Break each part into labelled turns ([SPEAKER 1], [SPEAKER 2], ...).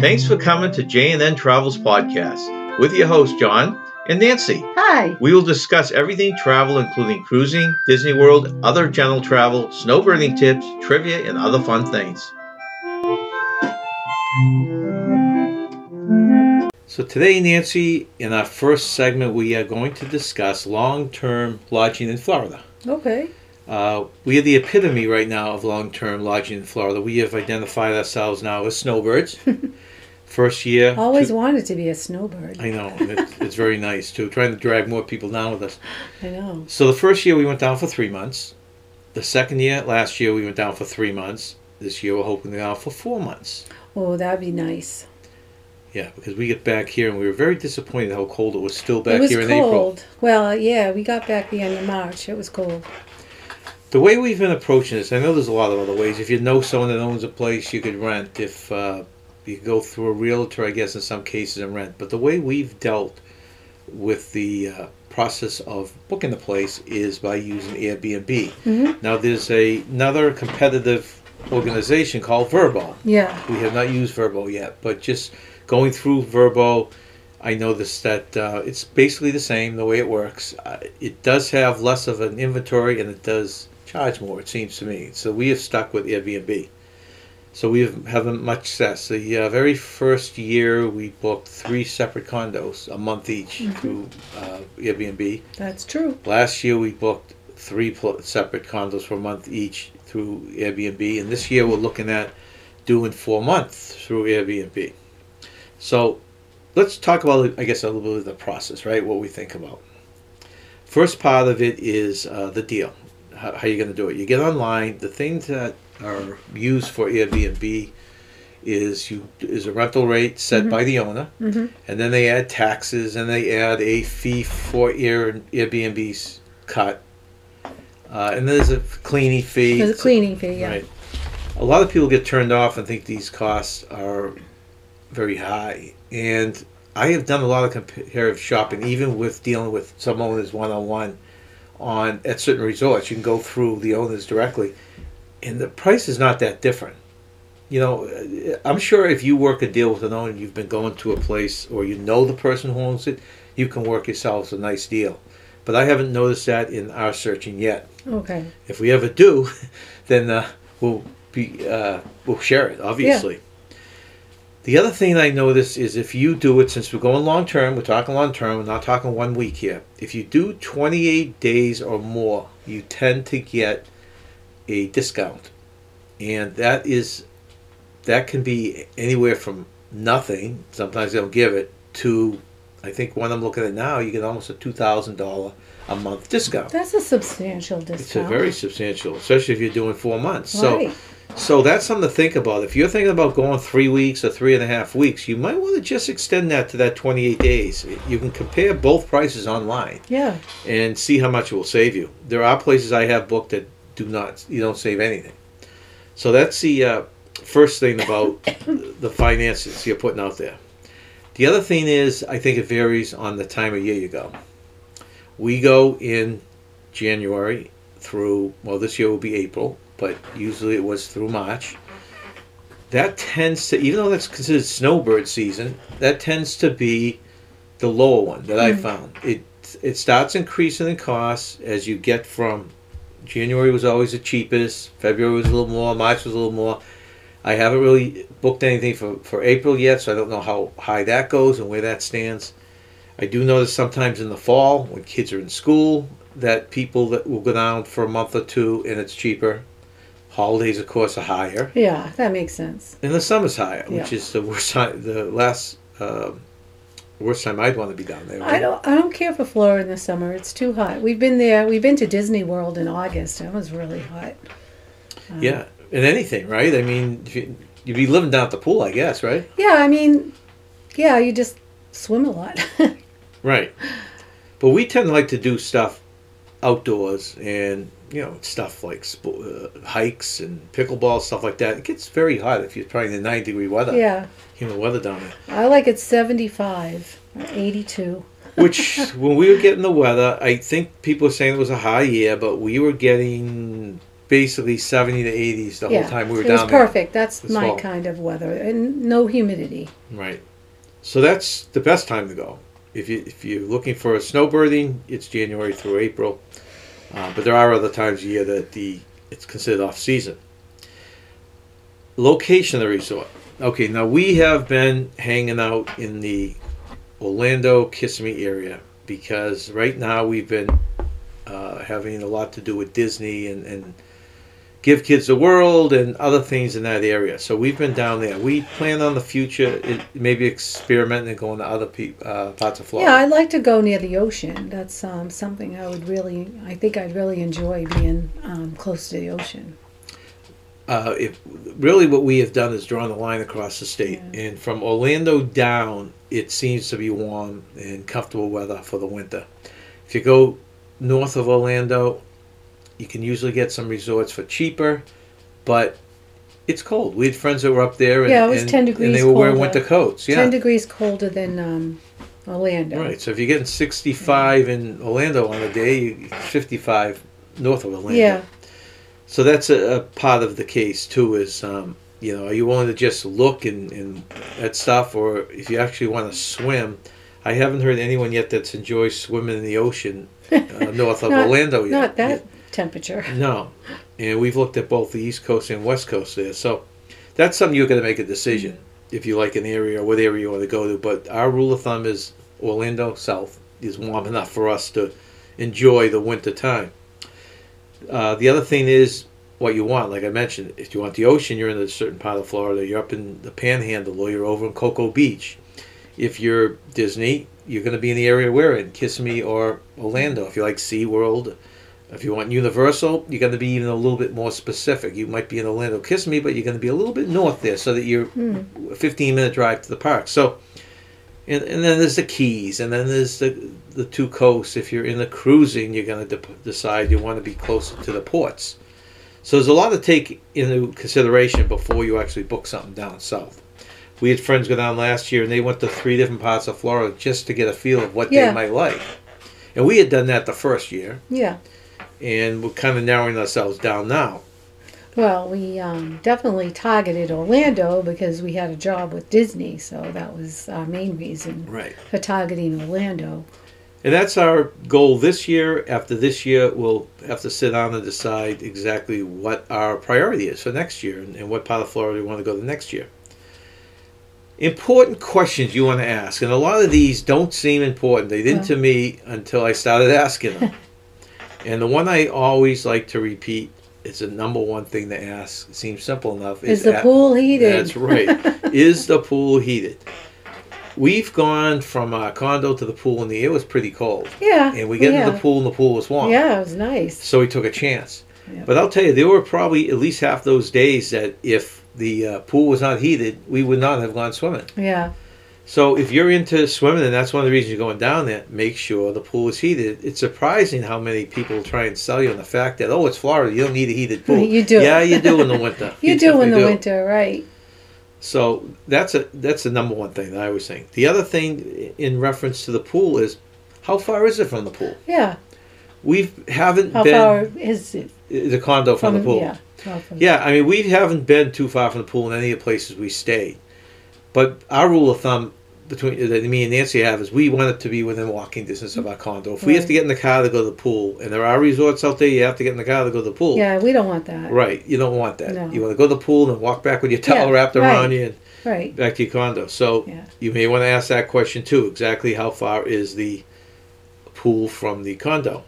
[SPEAKER 1] Thanks for coming to J&N Travels Podcast with your host, John and Nancy.
[SPEAKER 2] Hi.
[SPEAKER 1] We will discuss everything travel, including cruising, Disney World, other general travel, snowboarding tips, trivia, and other fun things. So, today, Nancy, in our first segment, we are going to discuss long term lodging in Florida.
[SPEAKER 2] Okay.
[SPEAKER 1] Uh, we are the epitome right now of long term lodging in Florida. We have identified ourselves now as snowbirds. First year.
[SPEAKER 2] Always wanted to be a snowbird.
[SPEAKER 1] I know. and It's, it's very nice too. Trying to drag more people down with us.
[SPEAKER 2] I know.
[SPEAKER 1] So the first year we went down for three months. The second year, last year, we went down for three months. This year, we're hoping to go down for four months.
[SPEAKER 2] Oh, that'd be nice.
[SPEAKER 1] Yeah, because we get back here and we were very disappointed how cold it was still back
[SPEAKER 2] it was
[SPEAKER 1] here in April.
[SPEAKER 2] cold. Well, yeah, we got back the end of March. It was cold.
[SPEAKER 1] The way we've been approaching this, I know there's a lot of other ways. If you know someone that owns a place, you could rent. If uh, you could go through a realtor, I guess in some cases, and rent. But the way we've dealt with the uh, process of booking the place is by using Airbnb.
[SPEAKER 2] Mhm.
[SPEAKER 1] Now, there's a, another competitive organization called Verbo.
[SPEAKER 2] Yeah.
[SPEAKER 1] We have not used Verbo yet, but just going through Verbo, I noticed that uh, it's basically the same the way it works. Uh, it does have less of an inventory and it does charge more, it seems to me. So we have stuck with Airbnb. So we have, haven't much success. The uh, very first year, we booked three separate condos, a month each, through uh, Airbnb.
[SPEAKER 2] That's true.
[SPEAKER 1] Last year we booked three pl- separate condos per month each through Airbnb, and this year we're looking at doing four months through Airbnb. So let's talk about, I guess, a little bit of the process, right? What we think about. First part of it is uh, the deal. How, how you going to do it? You get online. The things that are used for Airbnb is you is a rental rate set by the owner,
[SPEAKER 2] Mhm.
[SPEAKER 1] and then they add taxes and they add a fee for Air Airbnb's cut, uh, and there's a cleaning fee.
[SPEAKER 2] It was a cleaning fee. Yeah.
[SPEAKER 1] Right. A lot of people get turned off and think these costs are very high. And I have done a lot of comparative shopping, even with dealing with some owners one on one on at certain resorts. You can go through the owners directly, and the price is not that different. You know, uh, I'm sure if you work a deal with an owner, you've been going to a place or you know the person who owns it, you can work yourselves a nice deal. But I haven't noticed that in our searching yet
[SPEAKER 2] Okay.
[SPEAKER 1] if we ever do, then uh, we'll be uh, we'll share it. Obviously. The other thing I notice is if you do it, since we're going long term, we're talking long term, we're not talking one week here. If you do 28 days or more, you tend to get a discount, and that is that can be anywhere from nothing. Sometimes they don't give it to. I think one I'm looking at now, you get almost a two thousand dollar a month discount.
[SPEAKER 2] That's a substantial discount.
[SPEAKER 1] It's a very substantial, especially if you're doing four months.
[SPEAKER 2] Right.
[SPEAKER 1] So, so that's something to think about. If you're thinking about going three weeks or three and a half weeks, you might want to just extend that to that 28 days. You can compare both prices online
[SPEAKER 2] Yeah.
[SPEAKER 1] and see how much it will save you. There are places I have booked that do not, you don't save anything. So that's the uh, first thing about the finances you're putting out there. The other thing is, I think it varies on the time of year you go. We go in January through, well, this year will be April, but usually it was through March. That tends to, even though that's considered snowbird season, that tends to be the lower one that I found. It it starts increasing in costs as you get from January was always the cheapest, February was a little more, March was a little more. I haven't really booked anything for, for April yet, so I don't know how high that goes and where that stands. I do notice sometimes in the fall when kids are in school that people that will go down for a month or two and it's cheaper. Holidays, of course, are higher.
[SPEAKER 2] Yeah. That makes sense.
[SPEAKER 1] And the summer's higher, which
[SPEAKER 2] Yeah.
[SPEAKER 1] is the worst time, the last um worst time I'd want to be down there.
[SPEAKER 2] I don't. I don't care for Florida in the summer. It's too hot. We've been there. We've been to Disney World in August. That was really hot. Um,
[SPEAKER 1] Yeah, and anything, right? I mean, if you, you'd be living down at the pool, I guess, right?
[SPEAKER 2] Yeah. I mean, yeah. You just swim a lot.
[SPEAKER 1] Right. But we tend to like to do stuff outdoors and, you know, stuff like spo- uh, hikes and pickleball, stuff like that. It gets very hot if you're probably in the 90 degree weather,
[SPEAKER 2] yeah.
[SPEAKER 1] humid weather down there.
[SPEAKER 2] I like it 75 or 82.
[SPEAKER 1] Which, when we were getting the weather, I think people were saying it was a high year, but we were getting basically 70 to 80s the
[SPEAKER 2] yeah,
[SPEAKER 1] whole time we were
[SPEAKER 2] it
[SPEAKER 1] down
[SPEAKER 2] was
[SPEAKER 1] there.
[SPEAKER 2] perfect. That's
[SPEAKER 1] It's
[SPEAKER 2] my
[SPEAKER 1] fall.
[SPEAKER 2] kind of weather, and no humidity.
[SPEAKER 1] Right. So that's the best time to go. If you if you're looking for snowbirthing, it's January through April. Uh, but there are other times of year that the it's considered off season. Location of the resort. Okay, now we have been hanging out in the Orlando Kissimmee area because right now we've been uh, having a lot to do with Disney and, and Give Kids the World and other things in that area. So we've been down there. We plan on the future, it, maybe experimenting and going to other pe- uh, parts of Florida.
[SPEAKER 2] Yeah, I like to go near the ocean. That's um, something I would really, I think I'd really enjoy being um, close to the ocean.
[SPEAKER 1] uh, if really what we have done is drawn the line across the state, and from Orlando down, it seems to be warm and comfortable weather for the winter. If you go north of Orlando, you can usually get some resorts for cheaper, but it's cold. We had friends that were up there, and,
[SPEAKER 2] Yeah, it was
[SPEAKER 1] and-
[SPEAKER 2] 10
[SPEAKER 1] and
[SPEAKER 2] degrees
[SPEAKER 1] they were wearing
[SPEAKER 2] colder.
[SPEAKER 1] winter coats. Yeah,
[SPEAKER 2] Ten degrees colder than um, Orlando.
[SPEAKER 1] right. So if you're getting 65 in Orlando on a day, you 55 north of Orlando.
[SPEAKER 2] Yeah,
[SPEAKER 1] So that's a, a part of the case too. Is um, you know, are you willing to just look and, and at stuff, or if you actually want to swim? I haven't heard anyone yet that's enjoys swimming in the ocean uh, north of
[SPEAKER 2] Not-
[SPEAKER 1] Orlando yet.
[SPEAKER 2] not that temperature.
[SPEAKER 1] Yeah, no, and we've looked at both the East Coast and West Coast there. So that's something you're going to make a decision if you like an area or what area you want to go to. But our rule of thumb is Orlando South is warm enough for us to enjoy the winter time. Uh, the other thing is what you want. Like I mentioned, if you want the ocean, you're in a certain part of Florida. You're up in the Panhandle, or you're over in Cocoa Beach. If you're Disney, you're going to be in the area we're in, Kissimmee or Orlando. If you like SeaWorld, if you want Universal, you're going to be even a little bit more specific. You might be in Orlando, Kissimmee, but you're going to be a little bit north there, so that you're
[SPEAKER 2] Hmm,
[SPEAKER 1] a 15 minute drive to the park. So, and, and then there's the Keys, and then there's the the two coasts. If you're in the cruising, you're going to de- decide you want to be closer to the ports. So there's a lot to take into consideration before you actually book something down south. We had friends go down last year, and they went to three different parts of Florida just to get a feel of what
[SPEAKER 2] Yeah.
[SPEAKER 1] they might like. And we had done that the first year,
[SPEAKER 2] Yeah.
[SPEAKER 1] and we're kind of narrowing ourselves down now.
[SPEAKER 2] Well, we um, definitely targeted Orlando because we had a job with Disney, so that was our main reason
[SPEAKER 1] Right.
[SPEAKER 2] for targeting Orlando.
[SPEAKER 1] And that's our goal this year. After this year, we'll have to sit down and decide exactly what our priority is for next year and, and what part of Florida we want to go to next year. Important questions you want to ask, and a lot of these don't seem important. They didn't to me until I started asking them. and the one I always like to repeat is the number one thing to ask. It seems simple enough.
[SPEAKER 2] Is
[SPEAKER 1] is
[SPEAKER 2] the
[SPEAKER 1] at-
[SPEAKER 2] pool heated?
[SPEAKER 1] That's right. Is the pool heated? We've gone from our condo to the pool, and the air was pretty cold.
[SPEAKER 2] Yeah.
[SPEAKER 1] And we get
[SPEAKER 2] yeah.
[SPEAKER 1] into the pool, and the pool was warm.
[SPEAKER 2] Yeah, it was nice.
[SPEAKER 1] So we took a chance.
[SPEAKER 2] Yeah.
[SPEAKER 1] But I'll tell you, there were probably at least half those days that if the uh, pool was not heated, we would not have gone swimming.
[SPEAKER 2] Yeah.
[SPEAKER 1] So if you're into swimming, and that's one of the reasons you're going down there, make sure the pool is heated. It's surprising how many people try and sell you on the fact that oh, it's Florida, you don't need a heated pool.
[SPEAKER 2] You do.
[SPEAKER 1] Yeah, you do in the winter.
[SPEAKER 2] You do in the
[SPEAKER 1] definitely
[SPEAKER 2] winter, right?
[SPEAKER 1] so that's a that's the number one thing that I was saying. The other thing in reference to the pool is how far is it from the pool?
[SPEAKER 2] Yeah.
[SPEAKER 1] We haven't
[SPEAKER 2] How
[SPEAKER 1] been
[SPEAKER 2] far is it
[SPEAKER 1] the condo from,
[SPEAKER 2] from,
[SPEAKER 1] the pool.
[SPEAKER 2] Yeah. how from-
[SPEAKER 1] Yeah, I mean we haven't been too far from the pool in any of the places we stayed. But our rule of thumb between that me and Nancy have is we want it to be within walking distance of our condo. If we have
[SPEAKER 2] Right.
[SPEAKER 1] to get in the car to go to the pool, and there are resorts out there, you have to get in the car to go to the pool.
[SPEAKER 2] Yeah, we don't want that.
[SPEAKER 1] Right, you don't want that.
[SPEAKER 2] No.
[SPEAKER 1] You want to go to the pool and walk back with your towel
[SPEAKER 2] Yeah,
[SPEAKER 1] wrapped
[SPEAKER 2] right.
[SPEAKER 1] around you and
[SPEAKER 2] Right.
[SPEAKER 1] back to your condo. So
[SPEAKER 2] Yeah.
[SPEAKER 1] you may want to ask that question too. Exactly how far is the pool from the condo?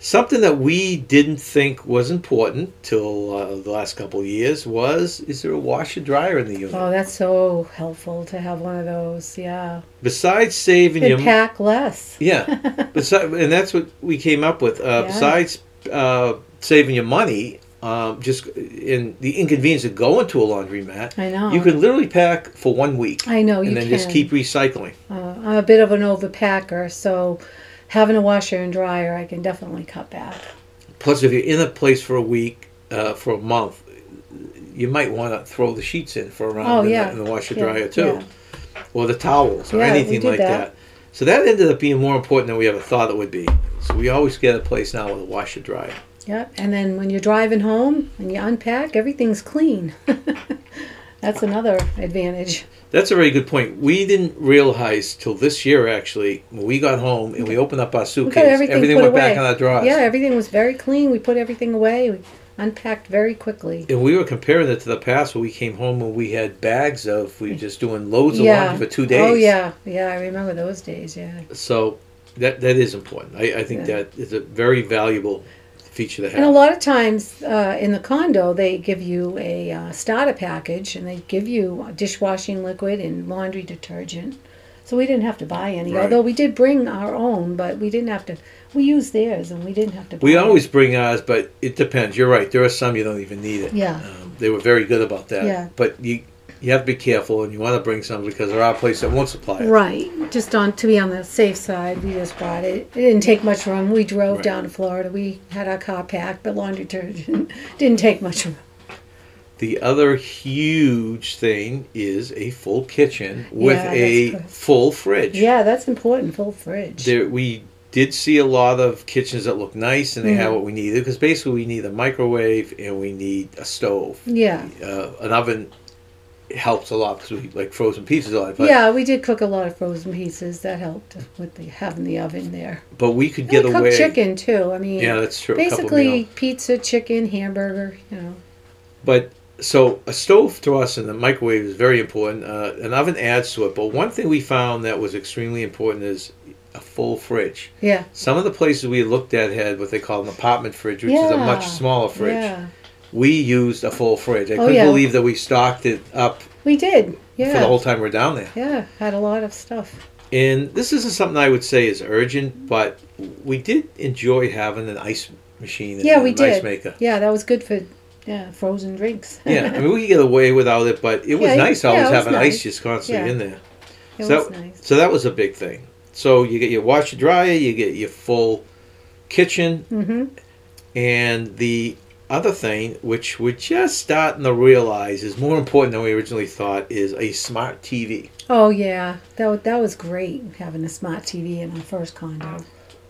[SPEAKER 1] Something that we didn't think was important till uh, the last couple of years was: is there a washer dryer in the unit?
[SPEAKER 2] Oh, that's so helpful to have one of those. Yeah.
[SPEAKER 1] Besides saving your
[SPEAKER 2] And pack less.
[SPEAKER 1] yeah, besides, and that's what we came up with. Uh,
[SPEAKER 2] Yeah.
[SPEAKER 1] Besides uh, saving your money, um, just in the inconvenience of going to a laundromat,
[SPEAKER 2] I know.
[SPEAKER 1] you can literally pack for one week
[SPEAKER 2] I know Oh. you
[SPEAKER 1] and then
[SPEAKER 2] can.
[SPEAKER 1] just keep recycling.
[SPEAKER 2] Uh, I'm a bit of an overpacker, so having a washer and dryer, I can definitely cut back.
[SPEAKER 1] Plus, if you're in a place for a week, uh, for a month, you might want to throw the sheets in for a round
[SPEAKER 2] Oh,
[SPEAKER 1] in,
[SPEAKER 2] yeah.
[SPEAKER 1] the, in the washer
[SPEAKER 2] Yeah,
[SPEAKER 1] dryer too, or the towels or
[SPEAKER 2] Yeah, we
[SPEAKER 1] anything
[SPEAKER 2] do
[SPEAKER 1] like that.
[SPEAKER 2] that.
[SPEAKER 1] So that ended up being more important than we ever thought it would be. So we always get a place now with a washer dryer.
[SPEAKER 2] Yep. And then when you're driving home and you unpack, everything's clean. That's another advantage.
[SPEAKER 1] That's a very good point. We didn't realize till this year, actually, when we got home and we opened up our
[SPEAKER 2] We
[SPEAKER 1] suitcase,
[SPEAKER 2] got everything, put
[SPEAKER 1] went
[SPEAKER 2] away.
[SPEAKER 1] back in our drawers.
[SPEAKER 2] Yeah, everything was very clean. We put everything away. We unpacked very quickly.
[SPEAKER 1] And we were comparing it to the past when we came home and we had bags of, we were just doing loads of
[SPEAKER 2] yeah.
[SPEAKER 1] laundry for two days.
[SPEAKER 2] Oh yeah, yeah. I remember those days. Yeah.
[SPEAKER 1] So that that is important. I, I think
[SPEAKER 2] Yeah.
[SPEAKER 1] that is a very valuable feature to have.
[SPEAKER 2] And a lot of times uh, in the condo, they give you a uh, starter package and they give you dishwashing liquid and laundry detergent. So we didn't have to buy any,
[SPEAKER 1] Right.
[SPEAKER 2] although we did bring our own, but we didn't have to. We used theirs and we didn't have to buy
[SPEAKER 1] we
[SPEAKER 2] it.
[SPEAKER 1] always bring ours, but it depends. You're right. There are some you don't even need it.
[SPEAKER 2] Yeah.
[SPEAKER 1] Um, they were very good about that.
[SPEAKER 2] Yeah.
[SPEAKER 1] But you you have to be careful, and you want to bring some because there are places that won't supply it.
[SPEAKER 2] Right, just on to be on the safe side, we just bought it. It didn't take much room. We drove
[SPEAKER 1] Right.
[SPEAKER 2] down to Florida. We had our car packed, but laundry detergent didn't take much room.
[SPEAKER 1] The other huge thing is a full kitchen with
[SPEAKER 2] Yeah,
[SPEAKER 1] a
[SPEAKER 2] that's good.
[SPEAKER 1] full fridge.
[SPEAKER 2] Yeah, that's important. Full fridge.
[SPEAKER 1] There we did see a lot of kitchens that look nice and they have
[SPEAKER 2] Mhm.
[SPEAKER 1] what we needed because basically we need a microwave and we need a stove.
[SPEAKER 2] yeah.
[SPEAKER 1] uh, an oven helps a lot because we like frozen pizzas a lot. But,
[SPEAKER 2] yeah, we did cook a lot of frozen pieces. That helped with the having the oven there.
[SPEAKER 1] but we could
[SPEAKER 2] And
[SPEAKER 1] get
[SPEAKER 2] we cooked
[SPEAKER 1] away.
[SPEAKER 2] chicken too. I mean,
[SPEAKER 1] Yeah, that's true. a couple
[SPEAKER 2] basically
[SPEAKER 1] meals.
[SPEAKER 2] pizza, chicken, hamburger. You know,
[SPEAKER 1] But so a stove to us and the microwave is very important. Uh, an oven adds to it. But one thing we found that was extremely important is a full fridge.
[SPEAKER 2] yeah,
[SPEAKER 1] Some of the places we looked at had what they call an apartment fridge, which is a much
[SPEAKER 2] Yeah,
[SPEAKER 1] smaller fridge.
[SPEAKER 2] yeah,
[SPEAKER 1] We used a full fridge. I
[SPEAKER 2] Oh,
[SPEAKER 1] couldn't
[SPEAKER 2] yeah.
[SPEAKER 1] believe that we stocked it up
[SPEAKER 2] we did.
[SPEAKER 1] for the
[SPEAKER 2] Yeah,
[SPEAKER 1] whole time we we're down there.
[SPEAKER 2] yeah, had a lot of stuff.
[SPEAKER 1] And this isn't something I would say is urgent, but we did enjoy having an ice machine and
[SPEAKER 2] Yeah, we
[SPEAKER 1] an ice
[SPEAKER 2] did.
[SPEAKER 1] maker.
[SPEAKER 2] Yeah, that was good for yeah frozen drinks.
[SPEAKER 1] Yeah, I mean, we could get away without it, but it was
[SPEAKER 2] Yeah,
[SPEAKER 1] nice
[SPEAKER 2] yeah,
[SPEAKER 1] always
[SPEAKER 2] it was
[SPEAKER 1] having ice
[SPEAKER 2] nice.
[SPEAKER 1] just constantly
[SPEAKER 2] Yeah.
[SPEAKER 1] in there.
[SPEAKER 2] it
[SPEAKER 1] so,
[SPEAKER 2] was nice.
[SPEAKER 1] so that was a big thing. So you get your washer dryer, you get your full kitchen,
[SPEAKER 2] hmm
[SPEAKER 1] and the other thing, which we're just starting to realize is more important than we originally thought, is a smart TV.
[SPEAKER 2] Oh yeah, that wa- that was great having a smart TV in our first condo.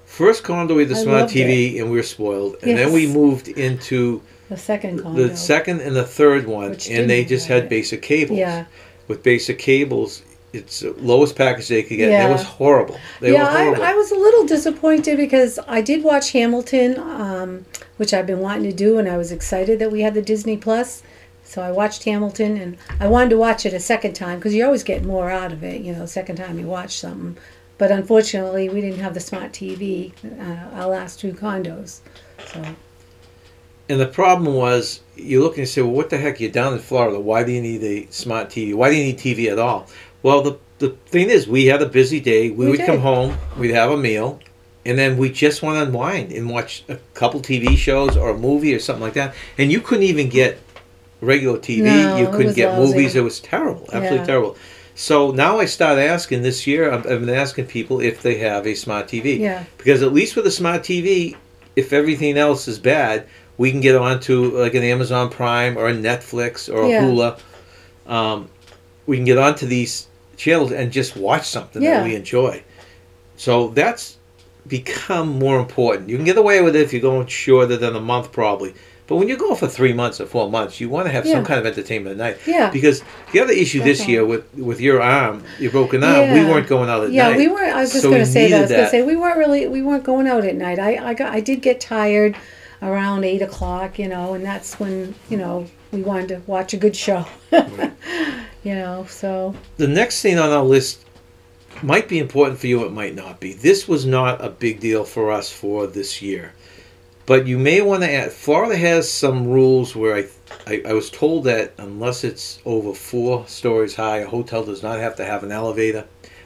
[SPEAKER 1] First condo, we had the
[SPEAKER 2] I
[SPEAKER 1] smart
[SPEAKER 2] loved
[SPEAKER 1] TV, and we were spoiled. And then we
[SPEAKER 2] Yes.
[SPEAKER 1] moved into
[SPEAKER 2] The second condo.
[SPEAKER 1] the second and the third one,
[SPEAKER 2] Which
[SPEAKER 1] and they
[SPEAKER 2] didn't
[SPEAKER 1] just
[SPEAKER 2] have
[SPEAKER 1] had
[SPEAKER 2] it.
[SPEAKER 1] basic cables.
[SPEAKER 2] Yeah.
[SPEAKER 1] With basic cables, it's the lowest package they could get. And
[SPEAKER 2] Yeah.
[SPEAKER 1] it was horrible. They
[SPEAKER 2] yeah,
[SPEAKER 1] were horrible.
[SPEAKER 2] I, I was a little disappointed because I did watch Hamilton, um, which I've been wanting to do, and I was excited that we had the Disney Plus. So I watched Hamilton, and I wanted to watch it a second time because you always get more out of it, you know, second time you watch something. But unfortunately, we didn't have the smart TV, uh, our last two condos. So
[SPEAKER 1] and the problem was, you look and you say, well, what the heck? You're down in Florida. Why do you need a smart TV? Why do you need TV at all? Well, the, the thing is, we had a busy day. We,
[SPEAKER 2] We
[SPEAKER 1] would come
[SPEAKER 2] did.
[SPEAKER 1] home, we'd have a meal, and then we just want to unwind and watch a couple TV shows or a movie or something like that. And you couldn't even get regular TV.
[SPEAKER 2] No,
[SPEAKER 1] you
[SPEAKER 2] it
[SPEAKER 1] couldn't
[SPEAKER 2] was
[SPEAKER 1] get
[SPEAKER 2] lousy.
[SPEAKER 1] movies. It was terrible, absolutely
[SPEAKER 2] Yeah.
[SPEAKER 1] terrible. So now I start asking this year, I've I've been asking people if they have a smart TV.
[SPEAKER 2] Yeah.
[SPEAKER 1] Because at least with a smart TV, if everything else is bad, we can get onto like an Amazon Prime or a Netflix or a
[SPEAKER 2] Yeah.
[SPEAKER 1] Hula. Um, we can get onto these channels and just watch something
[SPEAKER 2] Yeah.
[SPEAKER 1] that we enjoy. So that's become more important. You can get away with it if you're going shorter than a month, probably. But when you're going for three months or four months, you want to have some
[SPEAKER 2] Yeah.
[SPEAKER 1] kind of entertainment at night.
[SPEAKER 2] Yeah.
[SPEAKER 1] Because the other issue this
[SPEAKER 2] Definitely.
[SPEAKER 1] year with with your arm, your broken arm, we
[SPEAKER 2] Yeah.
[SPEAKER 1] weren't going out at
[SPEAKER 2] yeah,
[SPEAKER 1] night.
[SPEAKER 2] we were. I was just
[SPEAKER 1] So we
[SPEAKER 2] going to say that. I
[SPEAKER 1] needed
[SPEAKER 2] was going to say we weren't really we weren't going out at night. I I, got, I did get tired around eight o'clock, you know, and that's when you know we wanted to watch a good show, you know. So
[SPEAKER 1] the next thing on our list might be important for you, it might not be. This was not a big deal for us for this year. But you may want to add Florida has some rules where I, I, I was told that unless it's over four stories high, a hotel does not have to have an elevator.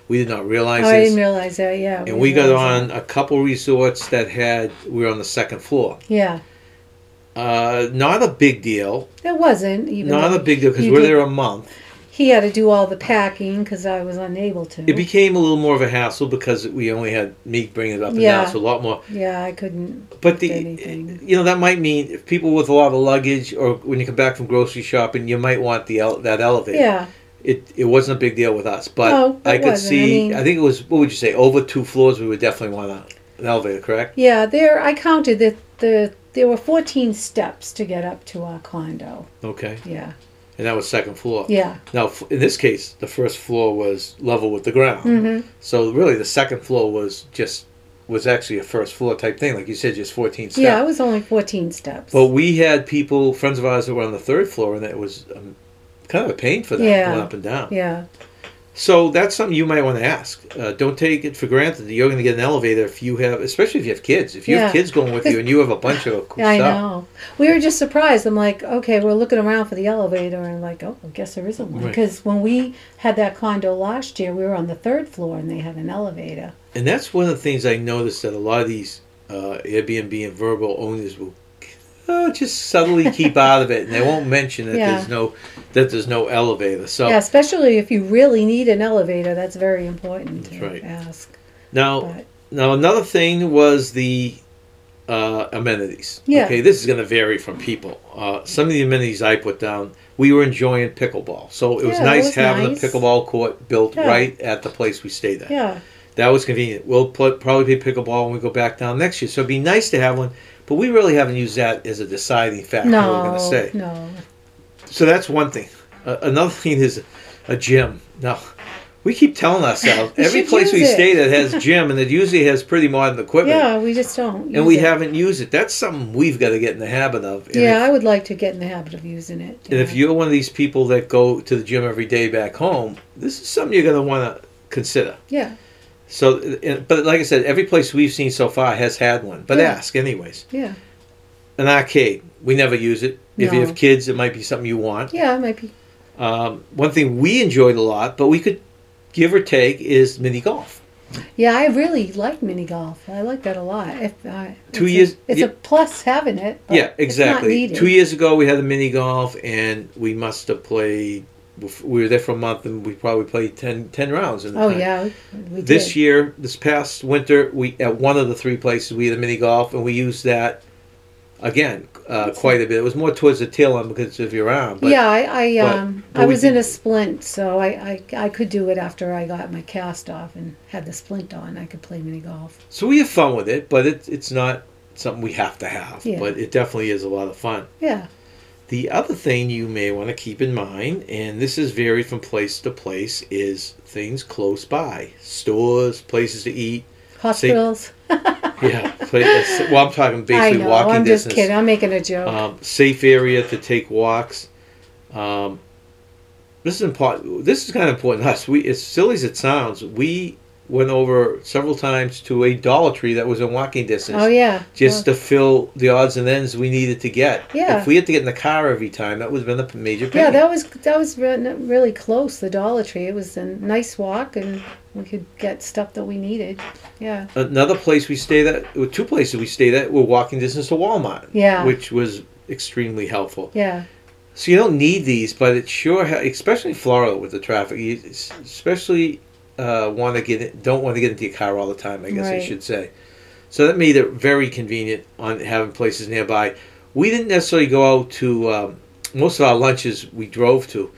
[SPEAKER 1] We did not realize
[SPEAKER 2] oh, I
[SPEAKER 1] this.
[SPEAKER 2] didn't realize that. Yeah,
[SPEAKER 1] and
[SPEAKER 2] didn't
[SPEAKER 1] we got
[SPEAKER 2] realize
[SPEAKER 1] on a couple resorts that had, we were on the second floor.
[SPEAKER 2] that. Yeah,
[SPEAKER 1] Uh, not a big deal.
[SPEAKER 2] that wasn't even.
[SPEAKER 1] Not
[SPEAKER 2] though
[SPEAKER 1] a big deal because
[SPEAKER 2] you
[SPEAKER 1] we're
[SPEAKER 2] did-
[SPEAKER 1] there a month.
[SPEAKER 2] He had to do all the packing because I was unable to.
[SPEAKER 1] It became a little more of a hassle because we only had me bringing it up and
[SPEAKER 2] Yeah.
[SPEAKER 1] down, so a lot more.
[SPEAKER 2] yeah, I couldn't.
[SPEAKER 1] But
[SPEAKER 2] lift
[SPEAKER 1] the, eh,
[SPEAKER 2] anything.
[SPEAKER 1] you know, that might mean if people with a lot of luggage or when you come back from grocery shopping, you might want the ele- that elevator.
[SPEAKER 2] yeah,
[SPEAKER 1] It it wasn't a big deal with us, but
[SPEAKER 2] No, it
[SPEAKER 1] I could
[SPEAKER 2] wasn't. I
[SPEAKER 1] see. I,
[SPEAKER 2] mean-
[SPEAKER 1] think it was what would you say over two floors? We would definitely want a, an elevator, correct?
[SPEAKER 2] Yeah, there I counted that the there were 14 steps to get up to our condo.
[SPEAKER 1] Okay.
[SPEAKER 2] Yeah,
[SPEAKER 1] And that was second floor.
[SPEAKER 2] yeah,
[SPEAKER 1] Now, f- in this case, the first floor was level with the ground.
[SPEAKER 2] Mhm.
[SPEAKER 1] So really, the second floor was just was actually a first floor type thing, like you said, just fourteen steps.
[SPEAKER 2] yeah. It was only 14 steps.
[SPEAKER 1] But we had people, friends of ours, that were on the third floor, and it was um, kind of a pain for them
[SPEAKER 2] Yeah.
[SPEAKER 1] going up and down.
[SPEAKER 2] yeah,
[SPEAKER 1] So that's something you might want to ask. Uh, don't take it for granted that you're going to get an elevator if you have, especially if you have kids. If you have
[SPEAKER 2] Yeah.
[SPEAKER 1] kids going with you and you have a bunch of cool
[SPEAKER 2] I
[SPEAKER 1] stuff.
[SPEAKER 2] know. We were just surprised. I'm like, okay, we're looking around for the elevator, and like, oh, I guess there isn't one.
[SPEAKER 1] Right.
[SPEAKER 2] Because when we had that condo last year, we were on the third floor, and they had an elevator.
[SPEAKER 1] And that's one of the things I noticed that a lot of these uh, Airbnb and verbal owners will uh, just subtly keep out of it, and they won't mention that
[SPEAKER 2] Yeah.
[SPEAKER 1] there's no that there's no elevator. So
[SPEAKER 2] Yeah, especially if you really need an elevator, that's very important to
[SPEAKER 1] That's right.
[SPEAKER 2] ask.
[SPEAKER 1] now,
[SPEAKER 2] But
[SPEAKER 1] now another thing was the uh, amenities.
[SPEAKER 2] Yeah.
[SPEAKER 1] Okay, this is going to vary from people. Uh, some of the amenities I put down, we were enjoying pickleball, so it was
[SPEAKER 2] Yeah, that
[SPEAKER 1] nice
[SPEAKER 2] was
[SPEAKER 1] having
[SPEAKER 2] nice.
[SPEAKER 1] a pickleball court built
[SPEAKER 2] Yeah.
[SPEAKER 1] right at the place we stayed at.
[SPEAKER 2] yeah,
[SPEAKER 1] That was convenient. We'll pl- probably play pickleball when we go back down next year. So it'd be nice to have one, but we really haven't used that as a deciding factor. We're
[SPEAKER 2] no,
[SPEAKER 1] going to say
[SPEAKER 2] no,
[SPEAKER 1] so. That's one thing. Uh, another thing is a gym. Now, we keep telling ourselves
[SPEAKER 2] We
[SPEAKER 1] every
[SPEAKER 2] should
[SPEAKER 1] place we
[SPEAKER 2] use it.
[SPEAKER 1] stay that has gym and it usually has pretty modern equipment,
[SPEAKER 2] yeah, we just don't. use
[SPEAKER 1] and we
[SPEAKER 2] it.
[SPEAKER 1] haven't used it. That's something we've got to get in the habit of. And
[SPEAKER 2] Yeah, I
[SPEAKER 1] If,
[SPEAKER 2] would like to get in the habit of using it.
[SPEAKER 1] and if
[SPEAKER 2] yeah.
[SPEAKER 1] you're one of these people that go to the gym every day back home, this is something you're going to want to consider.
[SPEAKER 2] yeah,
[SPEAKER 1] So, and- but like I said, every place we've seen so far has had one. But
[SPEAKER 2] Yeah.
[SPEAKER 1] ask, anyways.
[SPEAKER 2] yeah,
[SPEAKER 1] An arcade, we never use it. If you
[SPEAKER 2] No.
[SPEAKER 1] have kids, it might be something you want.
[SPEAKER 2] yeah, it might be.
[SPEAKER 1] Um, one thing we enjoyed a lot, but we could give or take, is mini golf.
[SPEAKER 2] Yeah, I really like mini golf. I like that a lot. If I,
[SPEAKER 1] Two
[SPEAKER 2] it's
[SPEAKER 1] years-
[SPEAKER 2] a, it's
[SPEAKER 1] yeah.
[SPEAKER 2] a plus having it. but
[SPEAKER 1] yeah, exactly.
[SPEAKER 2] It's not needed.
[SPEAKER 1] Two years ago, we had a mini golf, and we must have played. We were there for a month, and we probably played 10, 10 rounds. In the
[SPEAKER 2] Oh
[SPEAKER 1] time.
[SPEAKER 2] yeah, we, we
[SPEAKER 1] This
[SPEAKER 2] did.
[SPEAKER 1] year, this past winter, we at one of the three places we had a mini golf, and we used that again uh, quite a bit. It was more towards the tail end because of your arm. But,
[SPEAKER 2] yeah, I I,
[SPEAKER 1] but-
[SPEAKER 2] um,
[SPEAKER 1] but
[SPEAKER 2] I
[SPEAKER 1] we
[SPEAKER 2] was in
[SPEAKER 1] did-
[SPEAKER 2] a splint, so I, I I could do it after I got my cast off and had the splint on. I could play mini golf.
[SPEAKER 1] So we have fun with it, but it, it's not something we have to have.
[SPEAKER 2] Yeah.
[SPEAKER 1] But it definitely is a lot of fun.
[SPEAKER 2] Yeah,
[SPEAKER 1] The other thing you may want to keep in mind, and this is varied from place to place, is things close by, stores, places to eat.
[SPEAKER 2] hospitals.
[SPEAKER 1] Yeah, place, well, I'm talking
[SPEAKER 2] I
[SPEAKER 1] basically
[SPEAKER 2] know.
[SPEAKER 1] walking
[SPEAKER 2] I'm
[SPEAKER 1] distance.
[SPEAKER 2] just kidding. I'm making a joke.
[SPEAKER 1] um, safe area to take walks. Um, this is important. This is kind of important to us. We, as silly as it sounds, we went over several times to a Dollar Tree that was in walking distance,
[SPEAKER 2] oh yeah.
[SPEAKER 1] just to
[SPEAKER 2] Well,
[SPEAKER 1] fill the odds and ends we needed to get.
[SPEAKER 2] Yeah.
[SPEAKER 1] If we had to get in the car every time, that would have been a major pain.
[SPEAKER 2] yeah, that was that was re- really close. The Dollar Tree. It was a nice walk, and we could get stuff that we needed. Yeah.
[SPEAKER 1] Another place we stayed at, well, two places we stayed at, were walking distance to Walmart.
[SPEAKER 2] Yeah.
[SPEAKER 1] Which was extremely helpful.
[SPEAKER 2] Yeah.
[SPEAKER 1] So you don't need these, but it sure, ha- especially in Florida with the traffic, you s- especially uh, want to get in, don't want to get into your car all the time. I guess I
[SPEAKER 2] Right.
[SPEAKER 1] should say. So that made it very convenient on having places nearby. We didn't necessarily go out to um, most of our lunches. We drove to,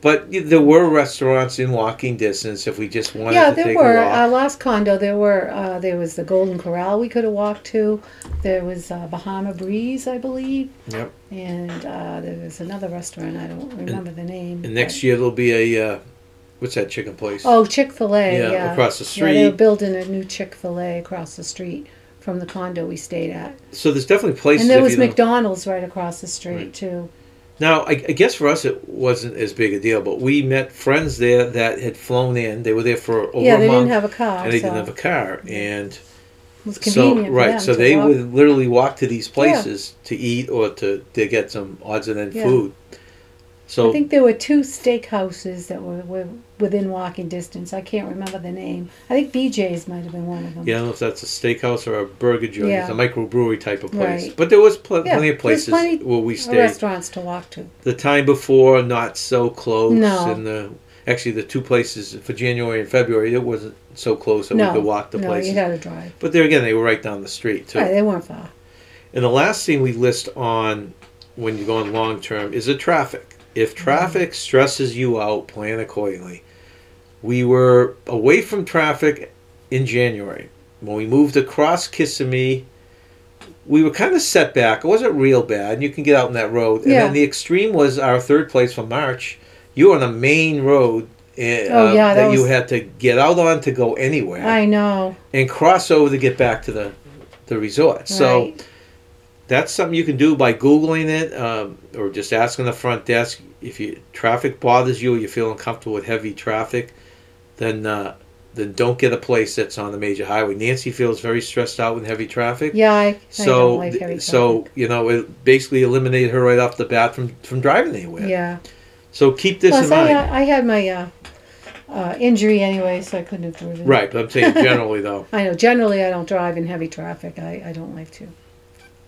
[SPEAKER 1] but y- there were restaurants in walking distance if we just wanted
[SPEAKER 2] yeah,
[SPEAKER 1] to
[SPEAKER 2] there
[SPEAKER 1] take
[SPEAKER 2] were
[SPEAKER 1] a walk.
[SPEAKER 2] our last condo. There were uh, there was the Golden Corral we could have walked to. There was uh, Bahama Breeze, I believe,
[SPEAKER 1] Yep.
[SPEAKER 2] and uh, there was another restaurant. I don't remember the name.
[SPEAKER 1] And next year there'll be a uh, what's that chicken place?
[SPEAKER 2] Oh, Chick Fil A.
[SPEAKER 1] Yeah,
[SPEAKER 2] Yeah,
[SPEAKER 1] across the
[SPEAKER 2] Yeah, they were
[SPEAKER 1] street.
[SPEAKER 2] building a new Chick Fil A across the street from the condo we stayed at,
[SPEAKER 1] So there's definitely places.
[SPEAKER 2] and there
[SPEAKER 1] if
[SPEAKER 2] was
[SPEAKER 1] you don't-
[SPEAKER 2] McDonald's right across the street
[SPEAKER 1] Right.
[SPEAKER 2] too.
[SPEAKER 1] Now, I, I guess for us it wasn't as big a deal, but we met friends there that had flown in. They were there for over
[SPEAKER 2] yeah,
[SPEAKER 1] a
[SPEAKER 2] they
[SPEAKER 1] month,
[SPEAKER 2] didn't have a car,
[SPEAKER 1] and they
[SPEAKER 2] so
[SPEAKER 1] didn't have a car, and
[SPEAKER 2] it was
[SPEAKER 1] so
[SPEAKER 2] convenient. for
[SPEAKER 1] right,
[SPEAKER 2] them
[SPEAKER 1] so
[SPEAKER 2] to
[SPEAKER 1] they
[SPEAKER 2] walk.
[SPEAKER 1] would literally walk to these places to eat or to to get some odds and end
[SPEAKER 2] Yeah.
[SPEAKER 1] food. So
[SPEAKER 2] I think there were two steakhouses that were, were within walking distance. I can't remember the name. I think BJ's might have been one of them.
[SPEAKER 1] yeah, I don't know if that's a steakhouse or a burger joint. It's a
[SPEAKER 2] Yeah.
[SPEAKER 1] microbrewery type of place,
[SPEAKER 2] Right.
[SPEAKER 1] but there was pl-
[SPEAKER 2] Yeah,
[SPEAKER 1] plenty of
[SPEAKER 2] there's
[SPEAKER 1] places
[SPEAKER 2] plenty
[SPEAKER 1] where we
[SPEAKER 2] Or
[SPEAKER 1] stayed.
[SPEAKER 2] Restaurants to walk to.
[SPEAKER 1] The time before, not so close,
[SPEAKER 2] No.
[SPEAKER 1] and the actually the two places for January and February, it wasn't so close that
[SPEAKER 2] no,
[SPEAKER 1] we could walk the
[SPEAKER 2] no,
[SPEAKER 1] places.
[SPEAKER 2] you got to drive.
[SPEAKER 1] But there again, they were right down the street too.
[SPEAKER 2] Right, they weren't far.
[SPEAKER 1] And the last thing we list on when you go on long term is the traffic. If traffic stresses you out, plan accordingly. We were away from traffic in January. When we moved across Kissimmee we were kind of set back. It wasn't real bad. and You can get out on that road. And
[SPEAKER 2] Yeah.
[SPEAKER 1] then the extreme was our third place for March. You were on the main road eh,
[SPEAKER 2] Oh,
[SPEAKER 1] uh,
[SPEAKER 2] yeah,
[SPEAKER 1] that,
[SPEAKER 2] that
[SPEAKER 1] you
[SPEAKER 2] was-
[SPEAKER 1] had to get out on to go anywhere
[SPEAKER 2] I know.
[SPEAKER 1] and cross over to get back to the, the resort. So
[SPEAKER 2] right.
[SPEAKER 1] that's something you can do by Googling it um, or just asking the front desk. If you traffic bothers you or you're feeling comfortable with heavy traffic, then uh, then don't get a place that's on the major highway. Nancy feels very stressed out with heavy traffic.
[SPEAKER 2] yeah, I, I
[SPEAKER 1] So,
[SPEAKER 2] don't like
[SPEAKER 1] th-
[SPEAKER 2] every
[SPEAKER 1] so you know, it basically eliminated her right off the bat from from driving anywhere.
[SPEAKER 2] topic. yeah.
[SPEAKER 1] So keep this
[SPEAKER 2] Plus,
[SPEAKER 1] in
[SPEAKER 2] I,
[SPEAKER 1] mind.
[SPEAKER 2] had- I had my uh, uh, injury anyway, so I couldn't have driven.
[SPEAKER 1] Right, but I'm saying generally though.
[SPEAKER 2] I know. Generally, I don't drive in heavy traffic. I, I don't like to.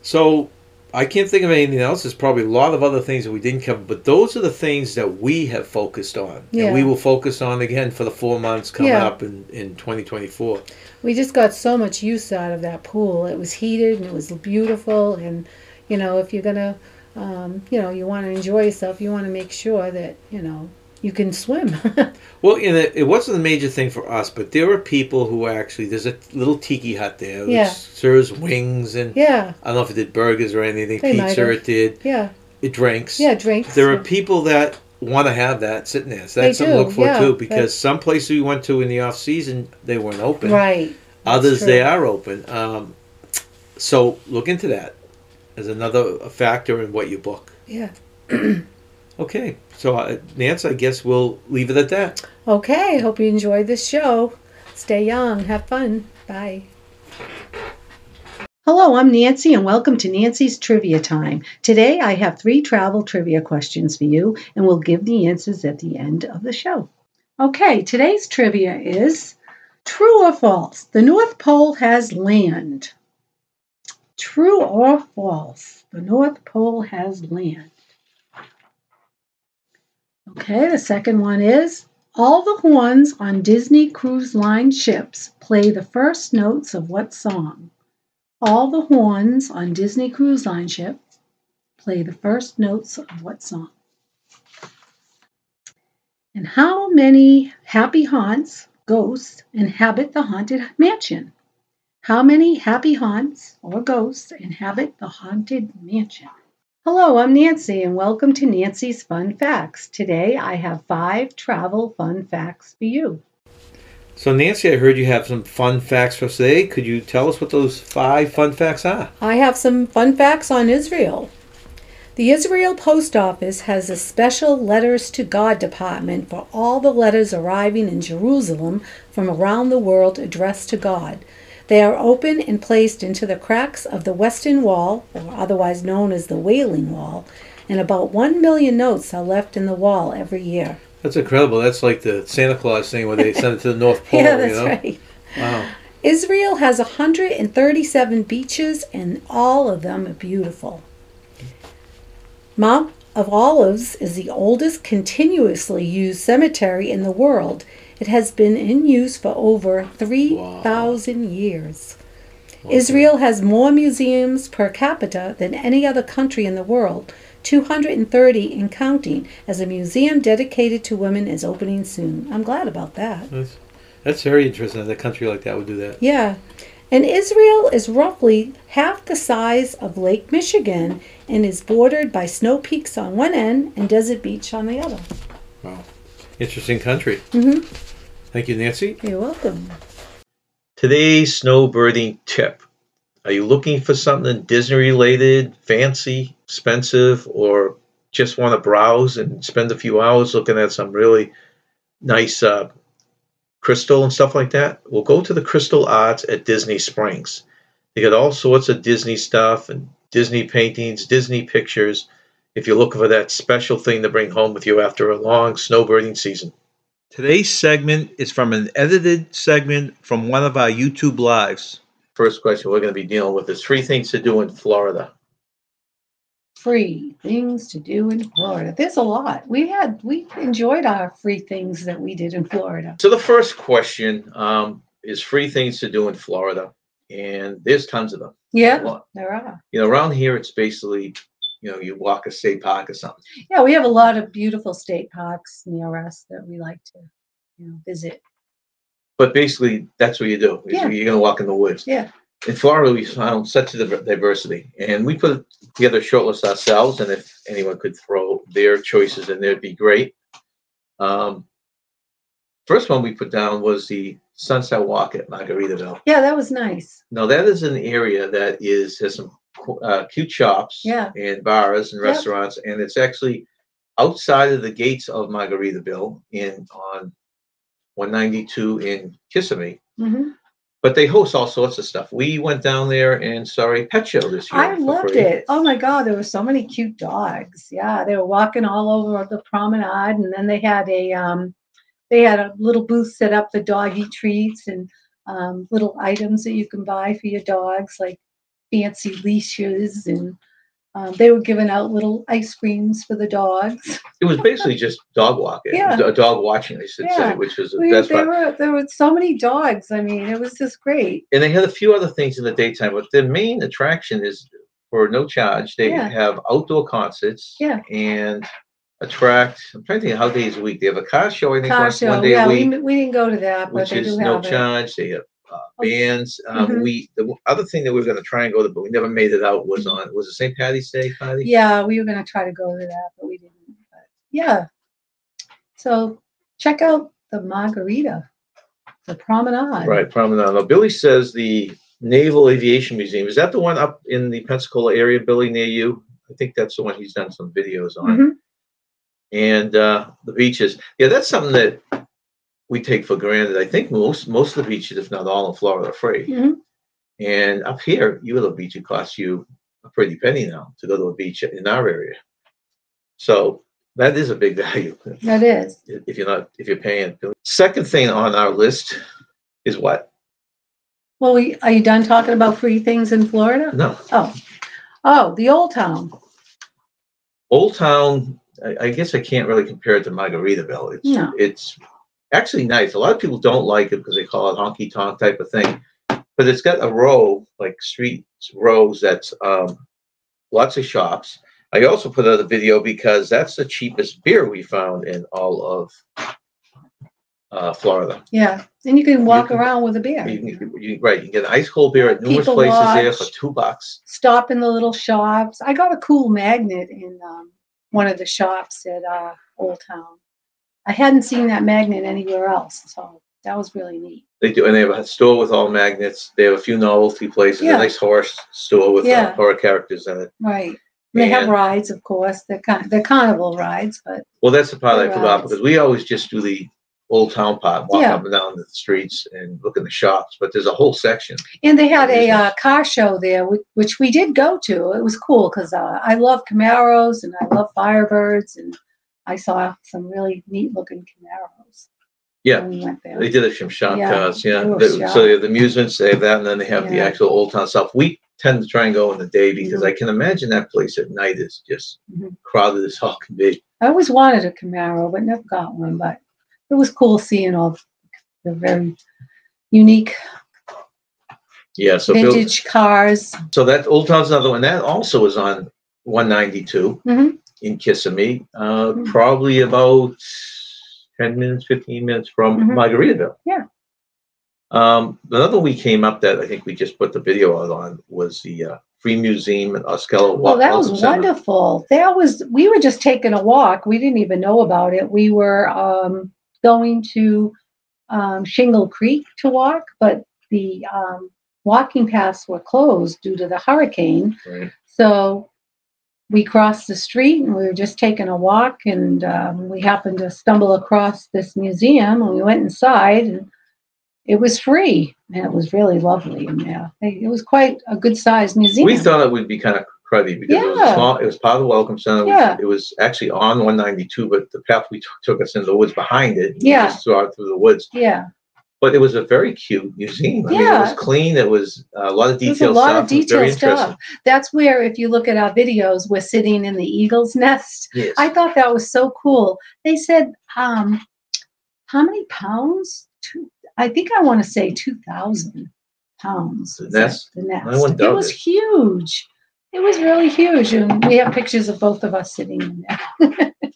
[SPEAKER 1] So I can't think of anything else. There's probably a lot of other things that we didn't cover, but those are the things that we have focused on,
[SPEAKER 2] Yeah.
[SPEAKER 1] and we will focus on again for the four months coming
[SPEAKER 2] Yeah.
[SPEAKER 1] up in in 2024.
[SPEAKER 2] We just got so much use out of that pool. It was heated and it was beautiful. And, you know, if you're going to, um, you know, you want to enjoy yourself, you want to make sure that, you know, you can swim.
[SPEAKER 1] Well, and it, it wasn't a major thing for us, but there were people who actually there's a little tiki hut there which
[SPEAKER 2] Yeah.
[SPEAKER 1] serves wings and
[SPEAKER 2] yeah,
[SPEAKER 1] I don't know if it did burgers or anything,
[SPEAKER 2] They might
[SPEAKER 1] pizza
[SPEAKER 2] have.
[SPEAKER 1] it did,
[SPEAKER 2] yeah,
[SPEAKER 1] it drinks.
[SPEAKER 2] yeah, drinks.
[SPEAKER 1] There are
[SPEAKER 2] yeah.
[SPEAKER 1] people that want to have that sitting there. So that's
[SPEAKER 2] They
[SPEAKER 1] something to
[SPEAKER 2] do,
[SPEAKER 1] look for
[SPEAKER 2] yeah,
[SPEAKER 1] too,
[SPEAKER 2] but-
[SPEAKER 1] because some places we went to in the off season they weren't open.
[SPEAKER 2] Right.
[SPEAKER 1] Others
[SPEAKER 2] true.
[SPEAKER 1] they are open. Um, so look into that as another factor in what you book.
[SPEAKER 2] Yeah.
[SPEAKER 1] Okay, so uh, Nance, I guess we'll leave it at that.
[SPEAKER 2] Okay. Hope you enjoyed this show. Stay young. Have fun. Bye. Hello, I'm Nancy, and welcome to Nancy's Trivia Time. Today I have three travel trivia questions for you, and we'll give the answers at the end of the show. Okay, today's trivia is true or false? The North Pole has land. True or false? The North Pole has land. Okay, the second one is all the horns on Disney Cruise Line ships play the first notes of what song? All the horns on Disney Cruise Line ship play the first notes of what song? And how many happy haunts, ghosts, inhabit the haunted mansion? How many happy haunts or ghosts inhabit the haunted mansion? Hello, I'm Nancy, and welcome to Nancy's Fun Facts. Today I have five travel fun facts for you.
[SPEAKER 1] So Nancy, I heard you have some fun facts for us today. Could you tell us what those five fun facts are?
[SPEAKER 2] I have some fun facts on Israel. The Israel Post Office has a special Letters to God department for all the letters arriving in Jerusalem from around the world addressed to God. They are open and placed into the cracks of the Western Wall, or otherwise known as the Wailing Wall, and about 1 million notes are left in the wall every year.
[SPEAKER 1] That's incredible. That's like the Santa Claus thing where they send it to the North Pole.
[SPEAKER 2] yeah, that's
[SPEAKER 1] you know?
[SPEAKER 2] right.
[SPEAKER 1] Wow.
[SPEAKER 2] Israel has 137 beaches, and all of them are beautiful. Mount of Olives is the oldest continuously used cemetery in the world. It has been in use for over 3,000 years. Israel has more museums per capita than any other country in the world, 230 and counting, as a museum dedicated to women is opening soon. I'm glad about that.
[SPEAKER 1] That's, that's very interesting that a country like that would do that.
[SPEAKER 2] Yeah. And Israel is roughly half the size of Lake Michigan and is bordered by snow peaks on one end and desert beach on the other.
[SPEAKER 1] Wow. Interesting country.
[SPEAKER 2] Mhm.
[SPEAKER 1] Thank you, Nancy.
[SPEAKER 2] You're welcome.
[SPEAKER 1] Today's snowbirding tip. Are you looking for something Disney related, fancy, expensive, or just want to browse and spend a few hours looking at some really nice uh, crystal and stuff like that? Well, go to the Crystal Arts at Disney Springs. They got all sorts of Disney stuff and Disney paintings, Disney pictures, if you're looking for that special thing to bring home with you after a long snowbirding season. Today's segment is from an edited segment from one of our YouTube lives. First question we're going to be dealing with is three things to do in Florida.
[SPEAKER 2] Free things to do in Florida. There's a lot. We had we enjoyed our free things that we did in Florida.
[SPEAKER 1] So the first question um, is free things to do in Florida, and there's tons of them.
[SPEAKER 2] Yeah,
[SPEAKER 1] Well,
[SPEAKER 2] there are.
[SPEAKER 1] You know, around here it's basically, you know, you walk a state park or something.
[SPEAKER 2] Yeah, we have a lot of beautiful state parks near us that we like to you know, visit.
[SPEAKER 1] But basically, that's what you do. Is
[SPEAKER 2] Yeah.
[SPEAKER 1] You're going to walk in the woods.
[SPEAKER 2] Yeah.
[SPEAKER 1] in Florida, we found such a diver- diversity, and we put together a shortlist ourselves. And if anyone could throw their choices in there, it'd be great. Um, first one we put down was the Sunset Walk at Margaritaville.
[SPEAKER 2] Yeah, that was nice.
[SPEAKER 1] Now that is an area that is has some qu- uh, cute shops,
[SPEAKER 2] Yeah.
[SPEAKER 1] and bars and
[SPEAKER 2] Yep.
[SPEAKER 1] restaurants, and it's actually outside of the gates of Margaritaville in on 192 in Kissimmee.
[SPEAKER 2] hmm
[SPEAKER 1] But they host all sorts of stuff. We went down there and saw a pet show this year.
[SPEAKER 2] I
[SPEAKER 1] for
[SPEAKER 2] loved
[SPEAKER 1] free.
[SPEAKER 2] it. Oh my God, there were so many cute dogs. Yeah, they were walking all over the promenade, and then they had a um, they had a little booth set up for doggy treats and um, little items that you can buy for your dogs, like fancy leashes, and um, they were giving out little ice creams for the dogs.
[SPEAKER 1] It was basically just dog walking,
[SPEAKER 2] Yeah.
[SPEAKER 1] d- dog watching, I should
[SPEAKER 2] Yeah.
[SPEAKER 1] say, which was
[SPEAKER 2] We,
[SPEAKER 1] that's
[SPEAKER 2] there
[SPEAKER 1] right.
[SPEAKER 2] were there were so many dogs. I mean, it was just great.
[SPEAKER 1] And they had a few other things in the daytime, but their main attraction is for no charge. They
[SPEAKER 2] Yeah.
[SPEAKER 1] have outdoor concerts
[SPEAKER 2] Yeah.
[SPEAKER 1] and attract. I'm trying to think how days a week they have a car show. I think
[SPEAKER 2] Car
[SPEAKER 1] one,
[SPEAKER 2] show.
[SPEAKER 1] one day
[SPEAKER 2] oh, yeah,
[SPEAKER 1] a week,
[SPEAKER 2] we, we didn't go to that, but
[SPEAKER 1] which
[SPEAKER 2] they
[SPEAKER 1] is
[SPEAKER 2] do
[SPEAKER 1] no
[SPEAKER 2] have it. Oh,
[SPEAKER 1] charge. They have uh, bands. Um,
[SPEAKER 2] Mhm.
[SPEAKER 1] We the w- other thing that we were going to try and go to, but we never made it out. Was on was it St. Patty's Day party?
[SPEAKER 2] Yeah, we were gonna try to go to that, but we didn't. But yeah. So check out the margarita, the promenade.
[SPEAKER 1] Right, Promenade. Now, Billy says the Naval Aviation Museum, is that the one up in the Pensacola area, Billy, near you? I think that's the one he's done some videos on.
[SPEAKER 2] Mhm.
[SPEAKER 1] And uh, the beaches, yeah, that's something that we take for granted. I think most, most of the beaches, if not all in Florida, are free.
[SPEAKER 2] Mhm.
[SPEAKER 1] And up here, you go to a beach, it costs you a pretty penny now to go to a beach in our area. So that is a big value
[SPEAKER 2] That is.
[SPEAKER 1] if you're not, if you're paying. Second thing on our list is what?
[SPEAKER 2] Well, we, are you done talking about free things in Florida?
[SPEAKER 1] No.
[SPEAKER 2] Oh, oh, the Old Town.
[SPEAKER 1] Old Town, I, I guess I can't really compare it to Margaritaville. It's
[SPEAKER 2] No.
[SPEAKER 1] it's actually nice. A lot of people don't like it because they call it honky tonk type of thing, but it's got a row like streets rows that's um, lots of shops. I also put out a video because that's the cheapest beer we found in all of uh, Florida.
[SPEAKER 2] Yeah, and you can walk
[SPEAKER 1] can-
[SPEAKER 2] around with a beer.
[SPEAKER 1] You, can- you- right, you can get an ice cold beer at numerous
[SPEAKER 2] People
[SPEAKER 1] places there
[SPEAKER 2] watch.
[SPEAKER 1] for two bucks.
[SPEAKER 2] Stop in the little shops. I got a cool magnet in um, one of the shops at uh, Old Town. I hadn't seen that magnet anywhere else, so that was really neat.
[SPEAKER 1] They do, and they have a store with all magnets. They have a few novelty places,
[SPEAKER 2] Yeah.
[SPEAKER 1] a nice horse store with uh,
[SPEAKER 2] Yeah.
[SPEAKER 1] horror characters in it.
[SPEAKER 2] Right. They have
[SPEAKER 1] And-
[SPEAKER 2] rides, of course. They're, car- they're carnival rides, but
[SPEAKER 1] Well, that's the part I forgot
[SPEAKER 2] Right.
[SPEAKER 1] because we always just do the old town part, walk
[SPEAKER 2] Yeah.
[SPEAKER 1] up and down the streets and look in the shops. But there's a whole section.
[SPEAKER 2] and they had a uh,
[SPEAKER 1] Amazing.
[SPEAKER 2] car show there, whi- which we did go to. It was cool because uh, I love Camaros and I love Firebirds, and I saw some really neat looking Camaros.
[SPEAKER 1] Yeah.
[SPEAKER 2] when we went there.
[SPEAKER 1] They did it from shop
[SPEAKER 2] Yeah,
[SPEAKER 1] cars, yeah.
[SPEAKER 2] they were
[SPEAKER 1] The-
[SPEAKER 2] shop.
[SPEAKER 1] So they have the amusements, they have that, and then they have the
[SPEAKER 2] Yeah.
[SPEAKER 1] actual old town stuff. We tend to try and go in the day because
[SPEAKER 2] Mhm.
[SPEAKER 1] I can imagine that place at night is just
[SPEAKER 2] Mhm.
[SPEAKER 1] crowded as all can be.
[SPEAKER 2] I always wanted a Camaro, but never got one. But it was cool seeing all the very unique
[SPEAKER 1] Yeah. So Bill-
[SPEAKER 2] vintage cars.
[SPEAKER 1] So that Old Town's another one. That also is on 192
[SPEAKER 2] Mhm.
[SPEAKER 1] in Kissimmee, uh,
[SPEAKER 2] Mhm.
[SPEAKER 1] probably about 10 minutes, 15 minutes from
[SPEAKER 2] Mhm.
[SPEAKER 1] Margaritaville.
[SPEAKER 2] Yeah.
[SPEAKER 1] Um, another we came up that I think we just put the video out on was the uh, Free Museum in Osceola.
[SPEAKER 2] Well,
[SPEAKER 1] Wel-
[SPEAKER 2] Oh, that was
[SPEAKER 1] Welcome Center.
[SPEAKER 2] wonderful. That was, we were just taking a walk. We didn't even know about it. We were um, going to um, Shingle Creek to walk, but the um, walking paths were closed due to the hurricane.
[SPEAKER 1] Right.
[SPEAKER 2] So we crossed the street and we were just taking a walk, and um, we happened to stumble across this museum, and we went inside, and it was free, and it was really lovely in there. It it was quite a good sized museum.
[SPEAKER 1] We thought it would be kind of cruddy because it was a
[SPEAKER 2] Yeah.
[SPEAKER 1] small. It was part of the Welcome Center. which-
[SPEAKER 2] Yeah.
[SPEAKER 1] It was actually on 192, but the path we took took us in the woods behind it. We
[SPEAKER 2] Yeah.
[SPEAKER 1] just saw it through the woods.
[SPEAKER 2] yeah,
[SPEAKER 1] but it was a very cute museum. I mean, it was
[SPEAKER 2] Yeah.
[SPEAKER 1] clean. It was uh, a lot of
[SPEAKER 2] there's a
[SPEAKER 1] detailed
[SPEAKER 2] lot of
[SPEAKER 1] stuff. It was very
[SPEAKER 2] detailed stuff. That's where, if you look at our videos, we're sitting in the eagle's nest.
[SPEAKER 1] interesting. Yes.
[SPEAKER 2] I thought that was so cool. They said, um, how many pounds? Two, I think I want to say 2,000 pounds.
[SPEAKER 1] The
[SPEAKER 2] is that
[SPEAKER 1] nest?
[SPEAKER 2] The nest.
[SPEAKER 1] one
[SPEAKER 2] it
[SPEAKER 1] dug
[SPEAKER 2] was
[SPEAKER 1] it.
[SPEAKER 2] huge. It was really huge. And we have pictures of both of us sitting in there.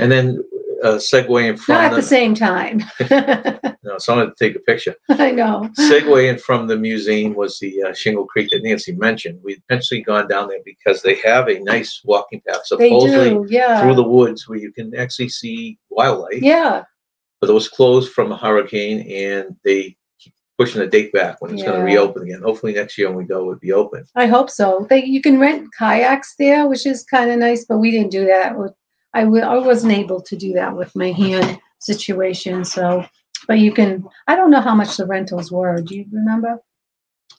[SPEAKER 1] and then uh, Segway in
[SPEAKER 2] Not at
[SPEAKER 1] from
[SPEAKER 2] the
[SPEAKER 1] the,
[SPEAKER 2] same time.
[SPEAKER 1] no, someone had to take a picture.
[SPEAKER 2] I know.
[SPEAKER 1] Segway in from the museum was the uh, Shingle Creek that Nancy mentioned. We'd eventually gone down there because they have a nice walking path
[SPEAKER 2] They
[SPEAKER 1] supposedly
[SPEAKER 2] do, yeah.
[SPEAKER 1] through the woods where you can actually see wildlife.
[SPEAKER 2] Yeah,
[SPEAKER 1] But it was closed from a hurricane and they keep pushing the date back when it's going to
[SPEAKER 2] Yeah.
[SPEAKER 1] reopen again. Hopefully next year when we go, it'll be open.
[SPEAKER 2] I hope so. They, you can rent kayaks there, which is kind of nice, but we didn't do that. with- I w- I wasn't able to do that with my hand situation, so, but you can, I don't know how much the rentals were. Do you remember?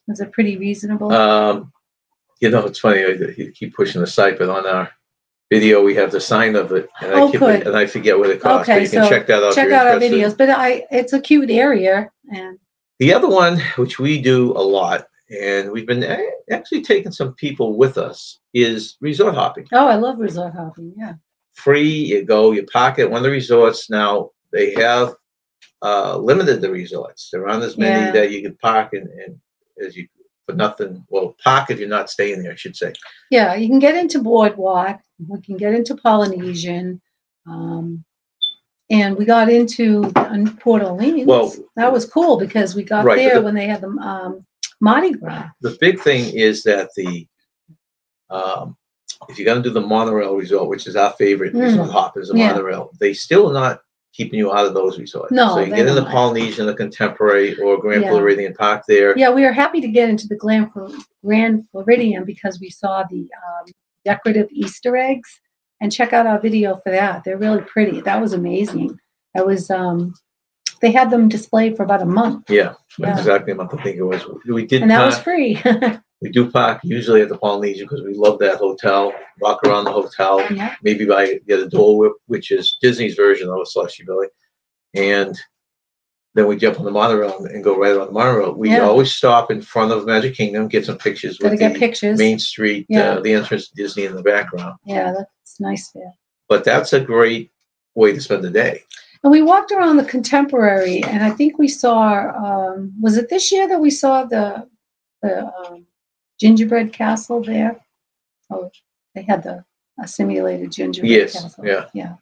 [SPEAKER 2] Was it pretty reasonable?
[SPEAKER 1] Um, you know, it's funny, I- you keep pushing the site, but on our video, we have the sign of it. And I
[SPEAKER 2] Oh,
[SPEAKER 1] keep,
[SPEAKER 2] good.
[SPEAKER 1] and I forget what it costs,
[SPEAKER 2] Okay,
[SPEAKER 1] but you can
[SPEAKER 2] so
[SPEAKER 1] check that out. if
[SPEAKER 2] Check
[SPEAKER 1] you're
[SPEAKER 2] out our
[SPEAKER 1] interested.
[SPEAKER 2] videos, but I, it's a cute area and,
[SPEAKER 1] The other one, which we do a lot, and we've been a- actually taking some people with us, is resort hopping.
[SPEAKER 2] oh, I love resort hopping, yeah.
[SPEAKER 1] Free, you go, you park at one of the resorts. Now they have uh, limited the resorts. There aren't as many
[SPEAKER 2] Yeah.
[SPEAKER 1] that you can park and, and as you for nothing. Well, park if you're not staying there, I should say.
[SPEAKER 2] Yeah, you can get into Boardwalk. We can get into Polynesian. Um, and we got into um, Port Orleans.
[SPEAKER 1] Well-
[SPEAKER 2] that was cool because we got
[SPEAKER 1] Right, but
[SPEAKER 2] there
[SPEAKER 1] the-
[SPEAKER 2] when they had the um, Mardi Gras.
[SPEAKER 1] The big thing is that the um, if you're going to do the monorail resort, which is our favorite
[SPEAKER 2] Mm.
[SPEAKER 1] resort hop, is the
[SPEAKER 2] Yeah.
[SPEAKER 1] monorail. They still not keeping you out of those resorts.
[SPEAKER 2] No,
[SPEAKER 1] so you
[SPEAKER 2] they're
[SPEAKER 1] get into
[SPEAKER 2] not.
[SPEAKER 1] Polynesian, the Contemporary, or Grand
[SPEAKER 2] Yeah.
[SPEAKER 1] Floridian Park there.
[SPEAKER 2] Yeah, we were happy to get into the Glam- Grand Floridian because we saw the um, decorative Easter eggs. And check out our video for that. They're really pretty. That was amazing. That was um, they had them displayed for about a month,
[SPEAKER 1] Yeah,
[SPEAKER 2] Yeah.
[SPEAKER 1] exactly. a month, I think it was. We did
[SPEAKER 2] and that was
[SPEAKER 1] park-
[SPEAKER 2] free.
[SPEAKER 1] we do park usually at the Polynesian because we love that hotel. Walk around the hotel,
[SPEAKER 2] yeah,
[SPEAKER 1] maybe by the other Dole Whip, which is Disney's version of a slushy belly, and then we jump on the monorail and go right on the monorail. We
[SPEAKER 2] Yeah.
[SPEAKER 1] always stop in front of Magic Kingdom, get some pictures
[SPEAKER 2] gotta
[SPEAKER 1] with the
[SPEAKER 2] get pictures.
[SPEAKER 1] Main Street,
[SPEAKER 2] Yeah.
[SPEAKER 1] uh, the entrance to Disney in the background.
[SPEAKER 2] Yeah, that's nice there.
[SPEAKER 1] But that's a great way to spend the day.
[SPEAKER 2] And we walked around the contemporary, and I think we saw. Um, was it this year that we saw the the um, gingerbread castle there? Oh, they had the a simulated gingerbread
[SPEAKER 1] Yes,
[SPEAKER 2] castle.
[SPEAKER 1] yeah.
[SPEAKER 2] yeah,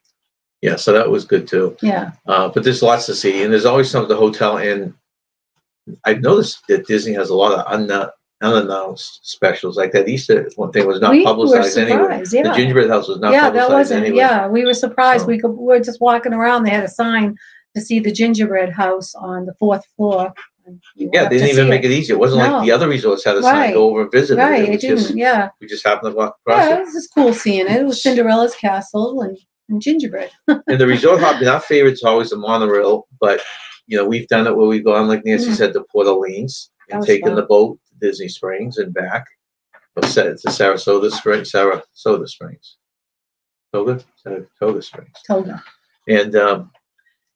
[SPEAKER 1] Yeah, so that was good too.
[SPEAKER 2] yeah,
[SPEAKER 1] Uh, but there's lots to see, and there's always some at the hotel. And I've noticed that Disney has a lot of unno- unannounced specials, like that Easter one thing was not
[SPEAKER 2] we were
[SPEAKER 1] publicized anywhere.
[SPEAKER 2] surprised.
[SPEAKER 1] The
[SPEAKER 2] Yeah,
[SPEAKER 1] gingerbread house was not
[SPEAKER 2] yeah, that
[SPEAKER 1] publicized Oh.
[SPEAKER 2] wasn't.
[SPEAKER 1] anywhere.
[SPEAKER 2] Yeah, we were surprised.
[SPEAKER 1] So-
[SPEAKER 2] We, could, we were just walking around. They had a sign to see the gingerbread house on the fourth floor. and we
[SPEAKER 1] Yeah,
[SPEAKER 2] walked
[SPEAKER 1] they
[SPEAKER 2] to
[SPEAKER 1] didn't even
[SPEAKER 2] see
[SPEAKER 1] make it easy. It wasn't
[SPEAKER 2] No.
[SPEAKER 1] like the other resorts had a sign
[SPEAKER 2] Right.
[SPEAKER 1] go over and visit. it.
[SPEAKER 2] Right,
[SPEAKER 1] It
[SPEAKER 2] it
[SPEAKER 1] was just,
[SPEAKER 2] didn't. Yeah.
[SPEAKER 1] we just happened to walk across
[SPEAKER 2] Yeah,
[SPEAKER 1] it.
[SPEAKER 2] it was just cool seeing it. It was Cinderella's castle and, and gingerbread.
[SPEAKER 1] And the resort hopping, our favorite's always the monorail, but, you know, we've done it where we've gone, like Nancy
[SPEAKER 2] Mm.
[SPEAKER 1] said, to Port Orleans
[SPEAKER 2] That
[SPEAKER 1] and
[SPEAKER 2] was
[SPEAKER 1] taken
[SPEAKER 2] fun.
[SPEAKER 1] the boat to Disney Springs and back. Or sa- to Sarasota Springs, Sarasota Springs. Toga, Sarasota Springs.
[SPEAKER 2] Toga.
[SPEAKER 1] And, um,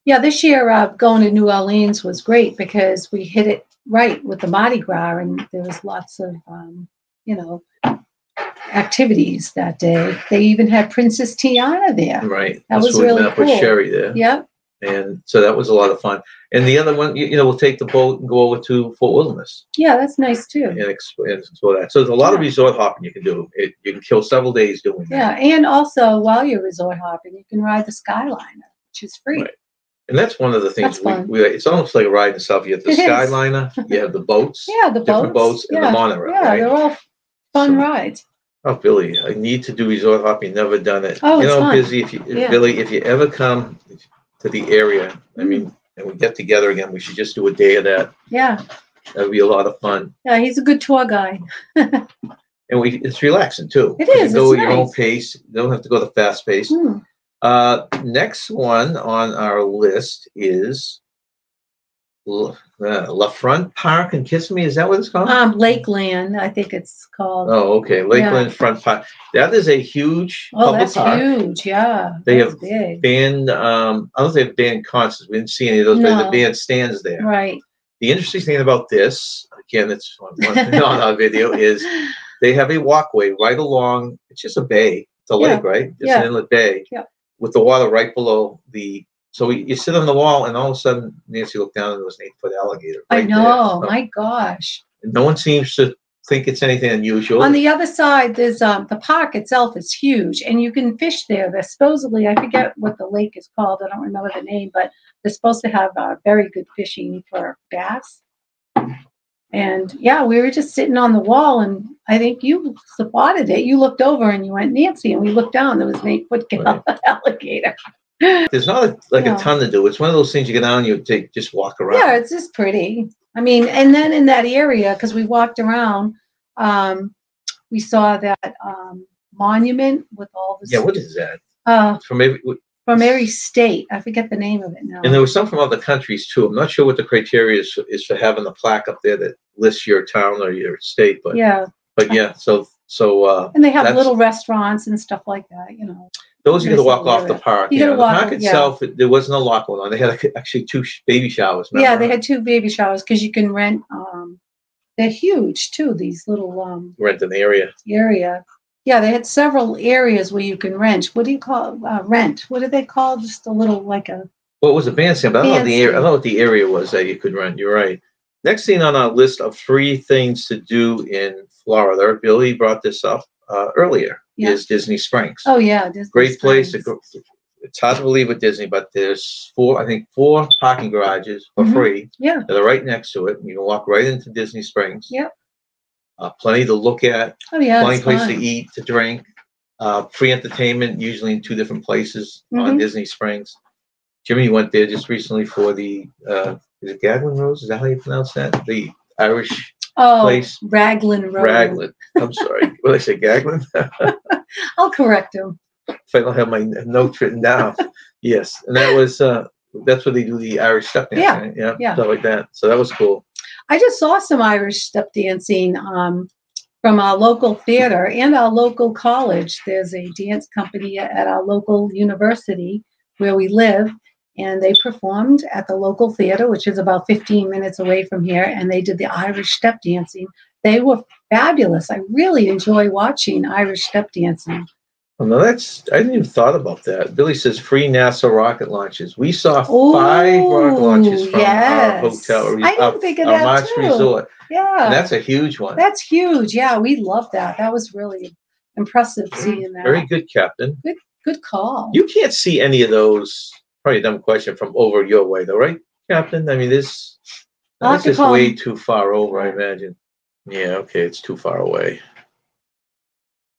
[SPEAKER 2] Yeah, this year uh, going to New Orleans was great because we hit it right with the Mardi Gras, and there was lots of um, you know activities that day. They even had Princess Tiana there.
[SPEAKER 1] right.
[SPEAKER 2] That
[SPEAKER 1] that's
[SPEAKER 2] was
[SPEAKER 1] where we
[SPEAKER 2] really
[SPEAKER 1] met up with
[SPEAKER 2] cool.
[SPEAKER 1] Sherry there.
[SPEAKER 2] Yep.
[SPEAKER 1] And so that was a lot of fun. And the other one, you, you know, we'll take the boat and go over to Fort Wilderness.
[SPEAKER 2] Yeah, that's nice too.
[SPEAKER 1] and ex- and explore that. So there's a lot of
[SPEAKER 2] Yeah.
[SPEAKER 1] resort hopping you can do. It, you can kill several days doing that.
[SPEAKER 2] Yeah, and also while you're resort hopping, you can ride the Skyliner, which is free.
[SPEAKER 1] Right. And that's one of the things
[SPEAKER 2] That's
[SPEAKER 1] we,
[SPEAKER 2] fun.
[SPEAKER 1] we it's almost like a ride in itself. You have the
[SPEAKER 2] It is.
[SPEAKER 1] skyliner, you have the boats,
[SPEAKER 2] Yeah, the
[SPEAKER 1] different boats,
[SPEAKER 2] boats.
[SPEAKER 1] and the
[SPEAKER 2] Yeah,
[SPEAKER 1] monorail.
[SPEAKER 2] yeah,
[SPEAKER 1] right?
[SPEAKER 2] they're all fun
[SPEAKER 1] So-
[SPEAKER 2] rides.
[SPEAKER 1] Oh, Billy, I need to do resort hopping. Never done it.
[SPEAKER 2] Oh,
[SPEAKER 1] you
[SPEAKER 2] it's
[SPEAKER 1] know,
[SPEAKER 2] fun.
[SPEAKER 1] busy. If you, if-
[SPEAKER 2] Yeah. Mm-hmm.
[SPEAKER 1] Billy, if you ever come to the area, I mean, and we get together again, we should just do a day of that.
[SPEAKER 2] Yeah,
[SPEAKER 1] That'd be a lot of fun.
[SPEAKER 2] yeah, he's a good tour guide.
[SPEAKER 1] And we, it's relaxing too.
[SPEAKER 2] It
[SPEAKER 1] You
[SPEAKER 2] is,
[SPEAKER 1] can go
[SPEAKER 2] it's
[SPEAKER 1] at your own
[SPEAKER 2] nice.
[SPEAKER 1] pace. You don't have to go the fast pace.
[SPEAKER 2] Hmm.
[SPEAKER 1] Uh, next one on our list is L- uh, La Front Park in Kissimmee. Is that what it's called?
[SPEAKER 2] Um, Lakeland, I think it's called.
[SPEAKER 1] oh, okay. Lakeland Front Park. That is a huge
[SPEAKER 2] Oh,
[SPEAKER 1] public
[SPEAKER 2] that's
[SPEAKER 1] park.
[SPEAKER 2] huge, yeah.
[SPEAKER 1] They
[SPEAKER 2] that's
[SPEAKER 1] have-
[SPEAKER 2] big,
[SPEAKER 1] Band, um, I don't think they've banned concerts. We didn't see any of those, but the
[SPEAKER 2] No.
[SPEAKER 1] band stands there.
[SPEAKER 2] right.
[SPEAKER 1] The interesting thing about this, again, it's on, one- on our video, is they have a walkway right along, it's just a bay, it's a lake, right? It's
[SPEAKER 2] yeah.
[SPEAKER 1] an inlet bay.
[SPEAKER 2] Yeah.
[SPEAKER 1] With the water right below the, so you you sit on the wall and all of a sudden Nancy looked down and there was an eight foot alligator.
[SPEAKER 2] I
[SPEAKER 1] right there.
[SPEAKER 2] know,
[SPEAKER 1] So-
[SPEAKER 2] my gosh.
[SPEAKER 1] and No one seems to think it's anything unusual.
[SPEAKER 2] On the other side, there's um, the park itself is huge, and you can fish there. There's supposedly, I forget what the lake is called. I don't remember the name, but they're supposed to have uh, very good fishing for bass. And yeah, we were just sitting on the wall, and I think you spotted it. You looked over and you went, Nancy, and we looked down. There was an eight foot
[SPEAKER 1] Right.
[SPEAKER 2] alligator.
[SPEAKER 1] There's not a, like
[SPEAKER 2] Yeah.
[SPEAKER 1] a ton to do. It's one of those things you get on, you take just walk around.
[SPEAKER 2] Yeah, it's just pretty. I mean, and then in that area, because we walked around, um, we saw that um, monument with all the
[SPEAKER 1] Yeah, what is that?
[SPEAKER 2] uh,
[SPEAKER 1] From every,
[SPEAKER 2] from every state. I forget the name of it now.
[SPEAKER 1] and there was some from other countries too. I'm not sure what the criteria is, is for having the plaque up there that lists your town or your state, but
[SPEAKER 2] yeah,
[SPEAKER 1] but yeah. So so uh,
[SPEAKER 2] and they have
[SPEAKER 1] that's-
[SPEAKER 2] little restaurants and stuff like that. You know,
[SPEAKER 1] those you got to
[SPEAKER 2] Nice
[SPEAKER 1] walk
[SPEAKER 2] little
[SPEAKER 1] off the
[SPEAKER 2] area.
[SPEAKER 1] park.
[SPEAKER 2] You gotta
[SPEAKER 1] know,
[SPEAKER 2] walk
[SPEAKER 1] the
[SPEAKER 2] off-
[SPEAKER 1] park
[SPEAKER 2] yeah.
[SPEAKER 1] itself, it- there wasn't a lot going on. They had like, actually two sh- baby showers.
[SPEAKER 2] yeah,
[SPEAKER 1] remember?
[SPEAKER 2] they had two baby showers because you can rent. Um, they're huge too. These little um,
[SPEAKER 1] rent an area.
[SPEAKER 2] area. Yeah, they had several areas where you can rent. What do you call uh, rent? What do they call just a little like a
[SPEAKER 1] Well, it was a bandstand, but I don't know what the area. I don't
[SPEAKER 2] Bandstand.
[SPEAKER 1] know what the area was that you could rent. You're right. Next thing on our list of three things to do in Florida, Billy brought this up uh, earlier,
[SPEAKER 2] Yeah.
[SPEAKER 1] is Disney Springs.
[SPEAKER 2] oh yeah, Disney
[SPEAKER 1] Great place to
[SPEAKER 2] Springs.
[SPEAKER 1] go. It's hard to believe with Disney, but there's four, I think, four parking garages for
[SPEAKER 2] Mhm.
[SPEAKER 1] free.
[SPEAKER 2] Yeah.
[SPEAKER 1] They're right next to it. and You can walk right into Disney Springs.
[SPEAKER 2] Yep.
[SPEAKER 1] Uh, plenty to look at,
[SPEAKER 2] Oh yeah,
[SPEAKER 1] plenty
[SPEAKER 2] it's
[SPEAKER 1] place to
[SPEAKER 2] fun.
[SPEAKER 1] eat, to drink, uh, free entertainment, usually in two different places on
[SPEAKER 2] Mhm.
[SPEAKER 1] Disney Springs. Jimmy went there just recently for the, uh, is it Gaglin Rose? Is that how you pronounce that? The Irish
[SPEAKER 2] Oh,
[SPEAKER 1] place.
[SPEAKER 2] Raglan Road.
[SPEAKER 1] Raglan. I'm sorry. What did I say, Gaglin?
[SPEAKER 2] I'll correct him.
[SPEAKER 1] if I don't have my n- notes written down. yes, and that was uh, that's where they do the Irish step dance,
[SPEAKER 2] Yeah,
[SPEAKER 1] right? yeah,
[SPEAKER 2] yeah.
[SPEAKER 1] stuff like that. So that was cool.
[SPEAKER 2] I just saw some Irish step dancing um, from our local theater and our local college. There's a dance company at our local university where we live, and they performed at the local theater, which is about 15 minutes away from here, and they did the Irish step dancing. They were fabulous. I really enjoy watching Irish step dancing.
[SPEAKER 1] Well, Oh, no, that's I didn't even thought about that. Billy says free NASA rocket launches. We saw five
[SPEAKER 2] Oh,
[SPEAKER 1] rocket launches from our hotel, or
[SPEAKER 2] I didn't
[SPEAKER 1] our,
[SPEAKER 2] think of
[SPEAKER 1] our
[SPEAKER 2] that
[SPEAKER 1] March
[SPEAKER 2] too.
[SPEAKER 1] resort,
[SPEAKER 2] Yeah.
[SPEAKER 1] and that's a huge one.
[SPEAKER 2] That's huge. Yeah, we love that. That was really impressive seeing that.
[SPEAKER 1] Mm-hmm. Very good, Captain.
[SPEAKER 2] Good call.
[SPEAKER 1] You can't see any of those. Probably a dumb question from over your way, though, right, Captain? I mean, this
[SPEAKER 2] I'll have
[SPEAKER 1] that's
[SPEAKER 2] to
[SPEAKER 1] just
[SPEAKER 2] call
[SPEAKER 1] way
[SPEAKER 2] him.
[SPEAKER 1] too far over, I imagine. Yeah, okay, it's too far away.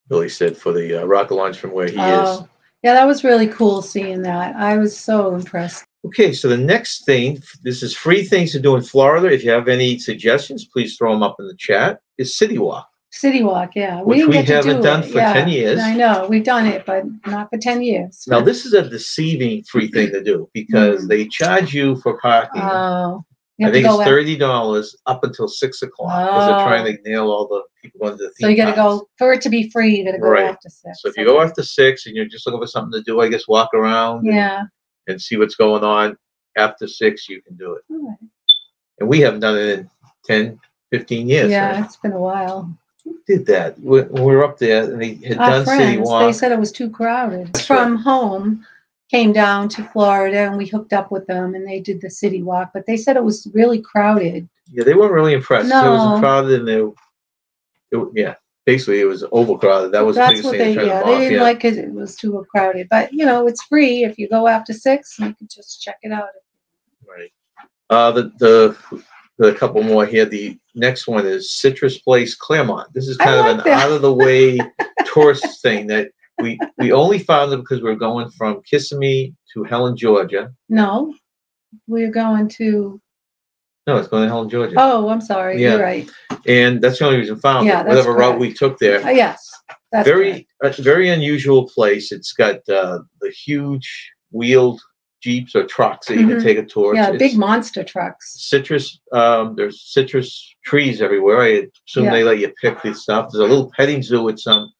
[SPEAKER 1] Billy said for the uh, rocket launch from where he is.
[SPEAKER 2] Oh, yeah, that was really cool seeing that. I was so impressed.
[SPEAKER 1] Okay, so the next thing, this is free things to do in Florida. If you have any suggestions, please throw them up in the chat. Is City Walk.
[SPEAKER 2] City Walk, yeah.
[SPEAKER 1] Which
[SPEAKER 2] didn't
[SPEAKER 1] we
[SPEAKER 2] get to
[SPEAKER 1] haven't
[SPEAKER 2] do
[SPEAKER 1] done
[SPEAKER 2] it.
[SPEAKER 1] for
[SPEAKER 2] Yeah,
[SPEAKER 1] 10 years.
[SPEAKER 2] I know. We've done it, but not for 10 years.
[SPEAKER 1] Now, this is a deceiving free thing to do because
[SPEAKER 2] Mhm.
[SPEAKER 1] they charge you for parking.
[SPEAKER 2] Oh. you
[SPEAKER 1] Mm-hmm. I
[SPEAKER 2] have to
[SPEAKER 1] think it's
[SPEAKER 2] go out-
[SPEAKER 1] thirty dollars up until six o'clock because they're
[SPEAKER 2] Oh.
[SPEAKER 1] trying to nail all the people under the
[SPEAKER 2] So
[SPEAKER 1] theme.
[SPEAKER 2] you gotta
[SPEAKER 1] parks.
[SPEAKER 2] go, for it to be free, you gotta go
[SPEAKER 1] Right.
[SPEAKER 2] after six.
[SPEAKER 1] So if you go after six and you're just looking for something to do, I guess walk around and-
[SPEAKER 2] Yeah.
[SPEAKER 1] and see what's going on. After six, you can do it.
[SPEAKER 2] All right.
[SPEAKER 1] And we haven't done it in 10, 15 years.
[SPEAKER 2] Yeah,
[SPEAKER 1] right?
[SPEAKER 2] it's been a while.
[SPEAKER 1] Who did that? When when we were up there and they had
[SPEAKER 2] our
[SPEAKER 1] done City
[SPEAKER 2] friends, they
[SPEAKER 1] Walk.
[SPEAKER 2] said it was too crowded.
[SPEAKER 1] That's right.
[SPEAKER 2] From home, came down to Florida and we hooked up with them and they did the city walk, but they said it was really crowded.
[SPEAKER 1] Yeah, they weren't really impressed. It was
[SPEAKER 2] No.
[SPEAKER 1] crowded and they, it, yeah, basically it was overcrowded. That was the
[SPEAKER 2] That's
[SPEAKER 1] biggest
[SPEAKER 2] what
[SPEAKER 1] thing
[SPEAKER 2] they,
[SPEAKER 1] they tried
[SPEAKER 2] yeah,
[SPEAKER 1] to
[SPEAKER 2] they
[SPEAKER 1] block.
[SPEAKER 2] didn't
[SPEAKER 1] Yeah.
[SPEAKER 2] like it, it was too crowded, but you know, it's free if you go after six, you can just check it out.
[SPEAKER 1] Right. Uh, the, the, the couple more here. The next one is Citrus Place Claremont. This is
[SPEAKER 2] I
[SPEAKER 1] kind of
[SPEAKER 2] like
[SPEAKER 1] an
[SPEAKER 2] that.
[SPEAKER 1] out of the way tourist thing that we, we only found it because we are going from Kissimmee to Helen, Georgia.
[SPEAKER 2] No, we're going to,
[SPEAKER 1] No, it's going to Helen, Georgia.
[SPEAKER 2] oh, I'm sorry,
[SPEAKER 1] Yeah.
[SPEAKER 2] you're right.
[SPEAKER 1] And that's the only reason we found
[SPEAKER 2] Oh. Yeah,
[SPEAKER 1] it.
[SPEAKER 2] that's
[SPEAKER 1] Whatever route
[SPEAKER 2] correct.
[SPEAKER 1] we took
[SPEAKER 2] Uh,
[SPEAKER 1] there.
[SPEAKER 2] Yes, that's
[SPEAKER 1] Very,
[SPEAKER 2] correct.
[SPEAKER 1] a very unusual place. It's got uh, the huge wheeled jeeps or trucks that you can
[SPEAKER 2] Mhm.
[SPEAKER 1] take a tour.
[SPEAKER 2] Yeah,
[SPEAKER 1] It's-
[SPEAKER 2] big monster trucks.
[SPEAKER 1] citrus um there's citrus trees everywhere i assume
[SPEAKER 2] Yeah.
[SPEAKER 1] they let you pick this stuff there's a little petting zoo with some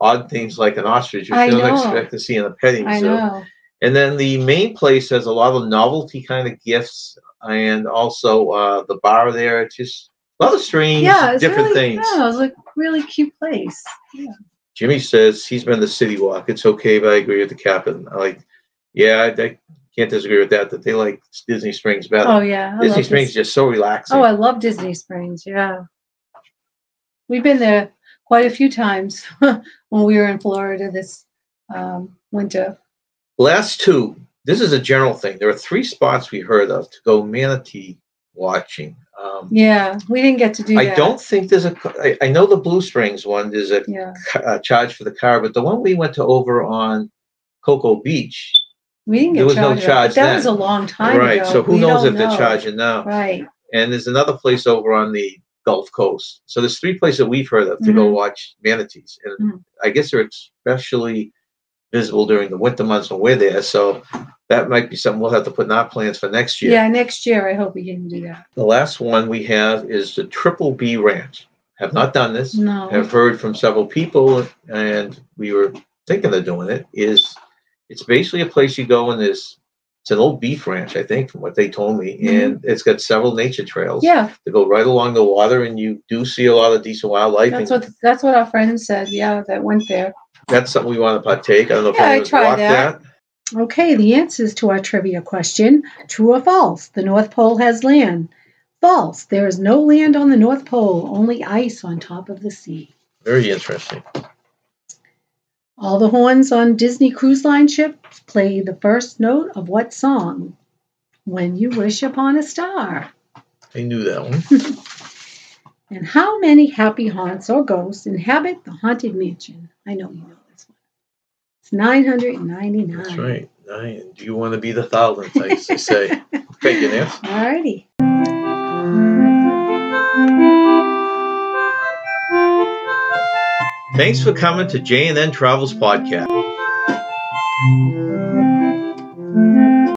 [SPEAKER 1] odd things like an ostrich which
[SPEAKER 2] I
[SPEAKER 1] you don't
[SPEAKER 2] know.
[SPEAKER 1] expect to see in a petting
[SPEAKER 2] I
[SPEAKER 1] zoo
[SPEAKER 2] know.
[SPEAKER 1] and then the main place has a lot of novelty kind of gifts and also uh the bar there it's just a lot of strange
[SPEAKER 2] Yeah, it's
[SPEAKER 1] different
[SPEAKER 2] really,
[SPEAKER 1] things Uh,
[SPEAKER 2] no, it's like really cute place.
[SPEAKER 1] jimmy says he's been to city walk it's okay but i agree with the captain i like yeah i, I can't disagree with that that they like disney springs better
[SPEAKER 2] Oh, yeah. I love
[SPEAKER 1] disney
[SPEAKER 2] this.
[SPEAKER 1] springs is just so relaxing
[SPEAKER 2] Oh, I love Disney Springs. Yeah. We've been there quite a few times when we were in Florida this um, winter.
[SPEAKER 1] Last two. This is a general thing. There are three spots we heard of to go manatee watching. Um,
[SPEAKER 2] Yeah, we didn't get to do that.
[SPEAKER 1] I don't think there's a. I, I know the Blue Springs one. There's a
[SPEAKER 2] Yeah,
[SPEAKER 1] ca- uh, charge for the car, but the one we went to over on Cocoa Beach,
[SPEAKER 2] we didn't
[SPEAKER 1] There
[SPEAKER 2] get
[SPEAKER 1] was no
[SPEAKER 2] charged.
[SPEAKER 1] charge
[SPEAKER 2] that
[SPEAKER 1] then.
[SPEAKER 2] was a long time
[SPEAKER 1] right?
[SPEAKER 2] ago.
[SPEAKER 1] So who
[SPEAKER 2] We
[SPEAKER 1] knows
[SPEAKER 2] don't
[SPEAKER 1] if they're
[SPEAKER 2] know.
[SPEAKER 1] charging now?
[SPEAKER 2] Right.
[SPEAKER 1] And there's another place over on the Gulf Coast. So there's three places that we've heard of to go
[SPEAKER 2] Mhm.
[SPEAKER 1] watch manatees, and
[SPEAKER 2] Mhm.
[SPEAKER 1] I guess they're especially visible during the winter months when we're there. So that might be something we'll have to put in our plans for next year.
[SPEAKER 2] Yeah, next year I hope we can do that.
[SPEAKER 1] The last one we have is the Triple B Ranch. Have not done this.
[SPEAKER 2] No.
[SPEAKER 1] have heard from several people, and we were thinking of doing it, is it's basically a place you go and there's, it's an old beef ranch, I think, from what they told me, and it's got several nature trails
[SPEAKER 2] Mm-hmm. Yeah,
[SPEAKER 1] that go right along the water, and you do see a lot of decent wildlife,
[SPEAKER 2] that's
[SPEAKER 1] and
[SPEAKER 2] what that's what our friend said. Yeah, that went there.
[SPEAKER 1] that's something we want to partake. I don't know if
[SPEAKER 2] Yeah, I
[SPEAKER 1] anyone's
[SPEAKER 2] tried
[SPEAKER 1] walked
[SPEAKER 2] that.
[SPEAKER 1] that.
[SPEAKER 2] Okay, the answers to our trivia question true or false? The North Pole has land. False. There is no land on the North Pole, only ice on top of the sea.
[SPEAKER 1] Very interesting.
[SPEAKER 2] All the horns on Disney Cruise Line ships play the first note of what song? When You Wish Upon a Star.
[SPEAKER 1] I knew that one.
[SPEAKER 2] Hmm. And how many happy haunts or ghosts inhabit the Haunted Mansion? I know you know this one. It's 999.
[SPEAKER 1] That's right. Nine. Do you want to be the thousandth, I used to say. Thank you, Nancy.
[SPEAKER 2] Alrighty.
[SPEAKER 1] Thanks for coming to J&N Travels Podcast.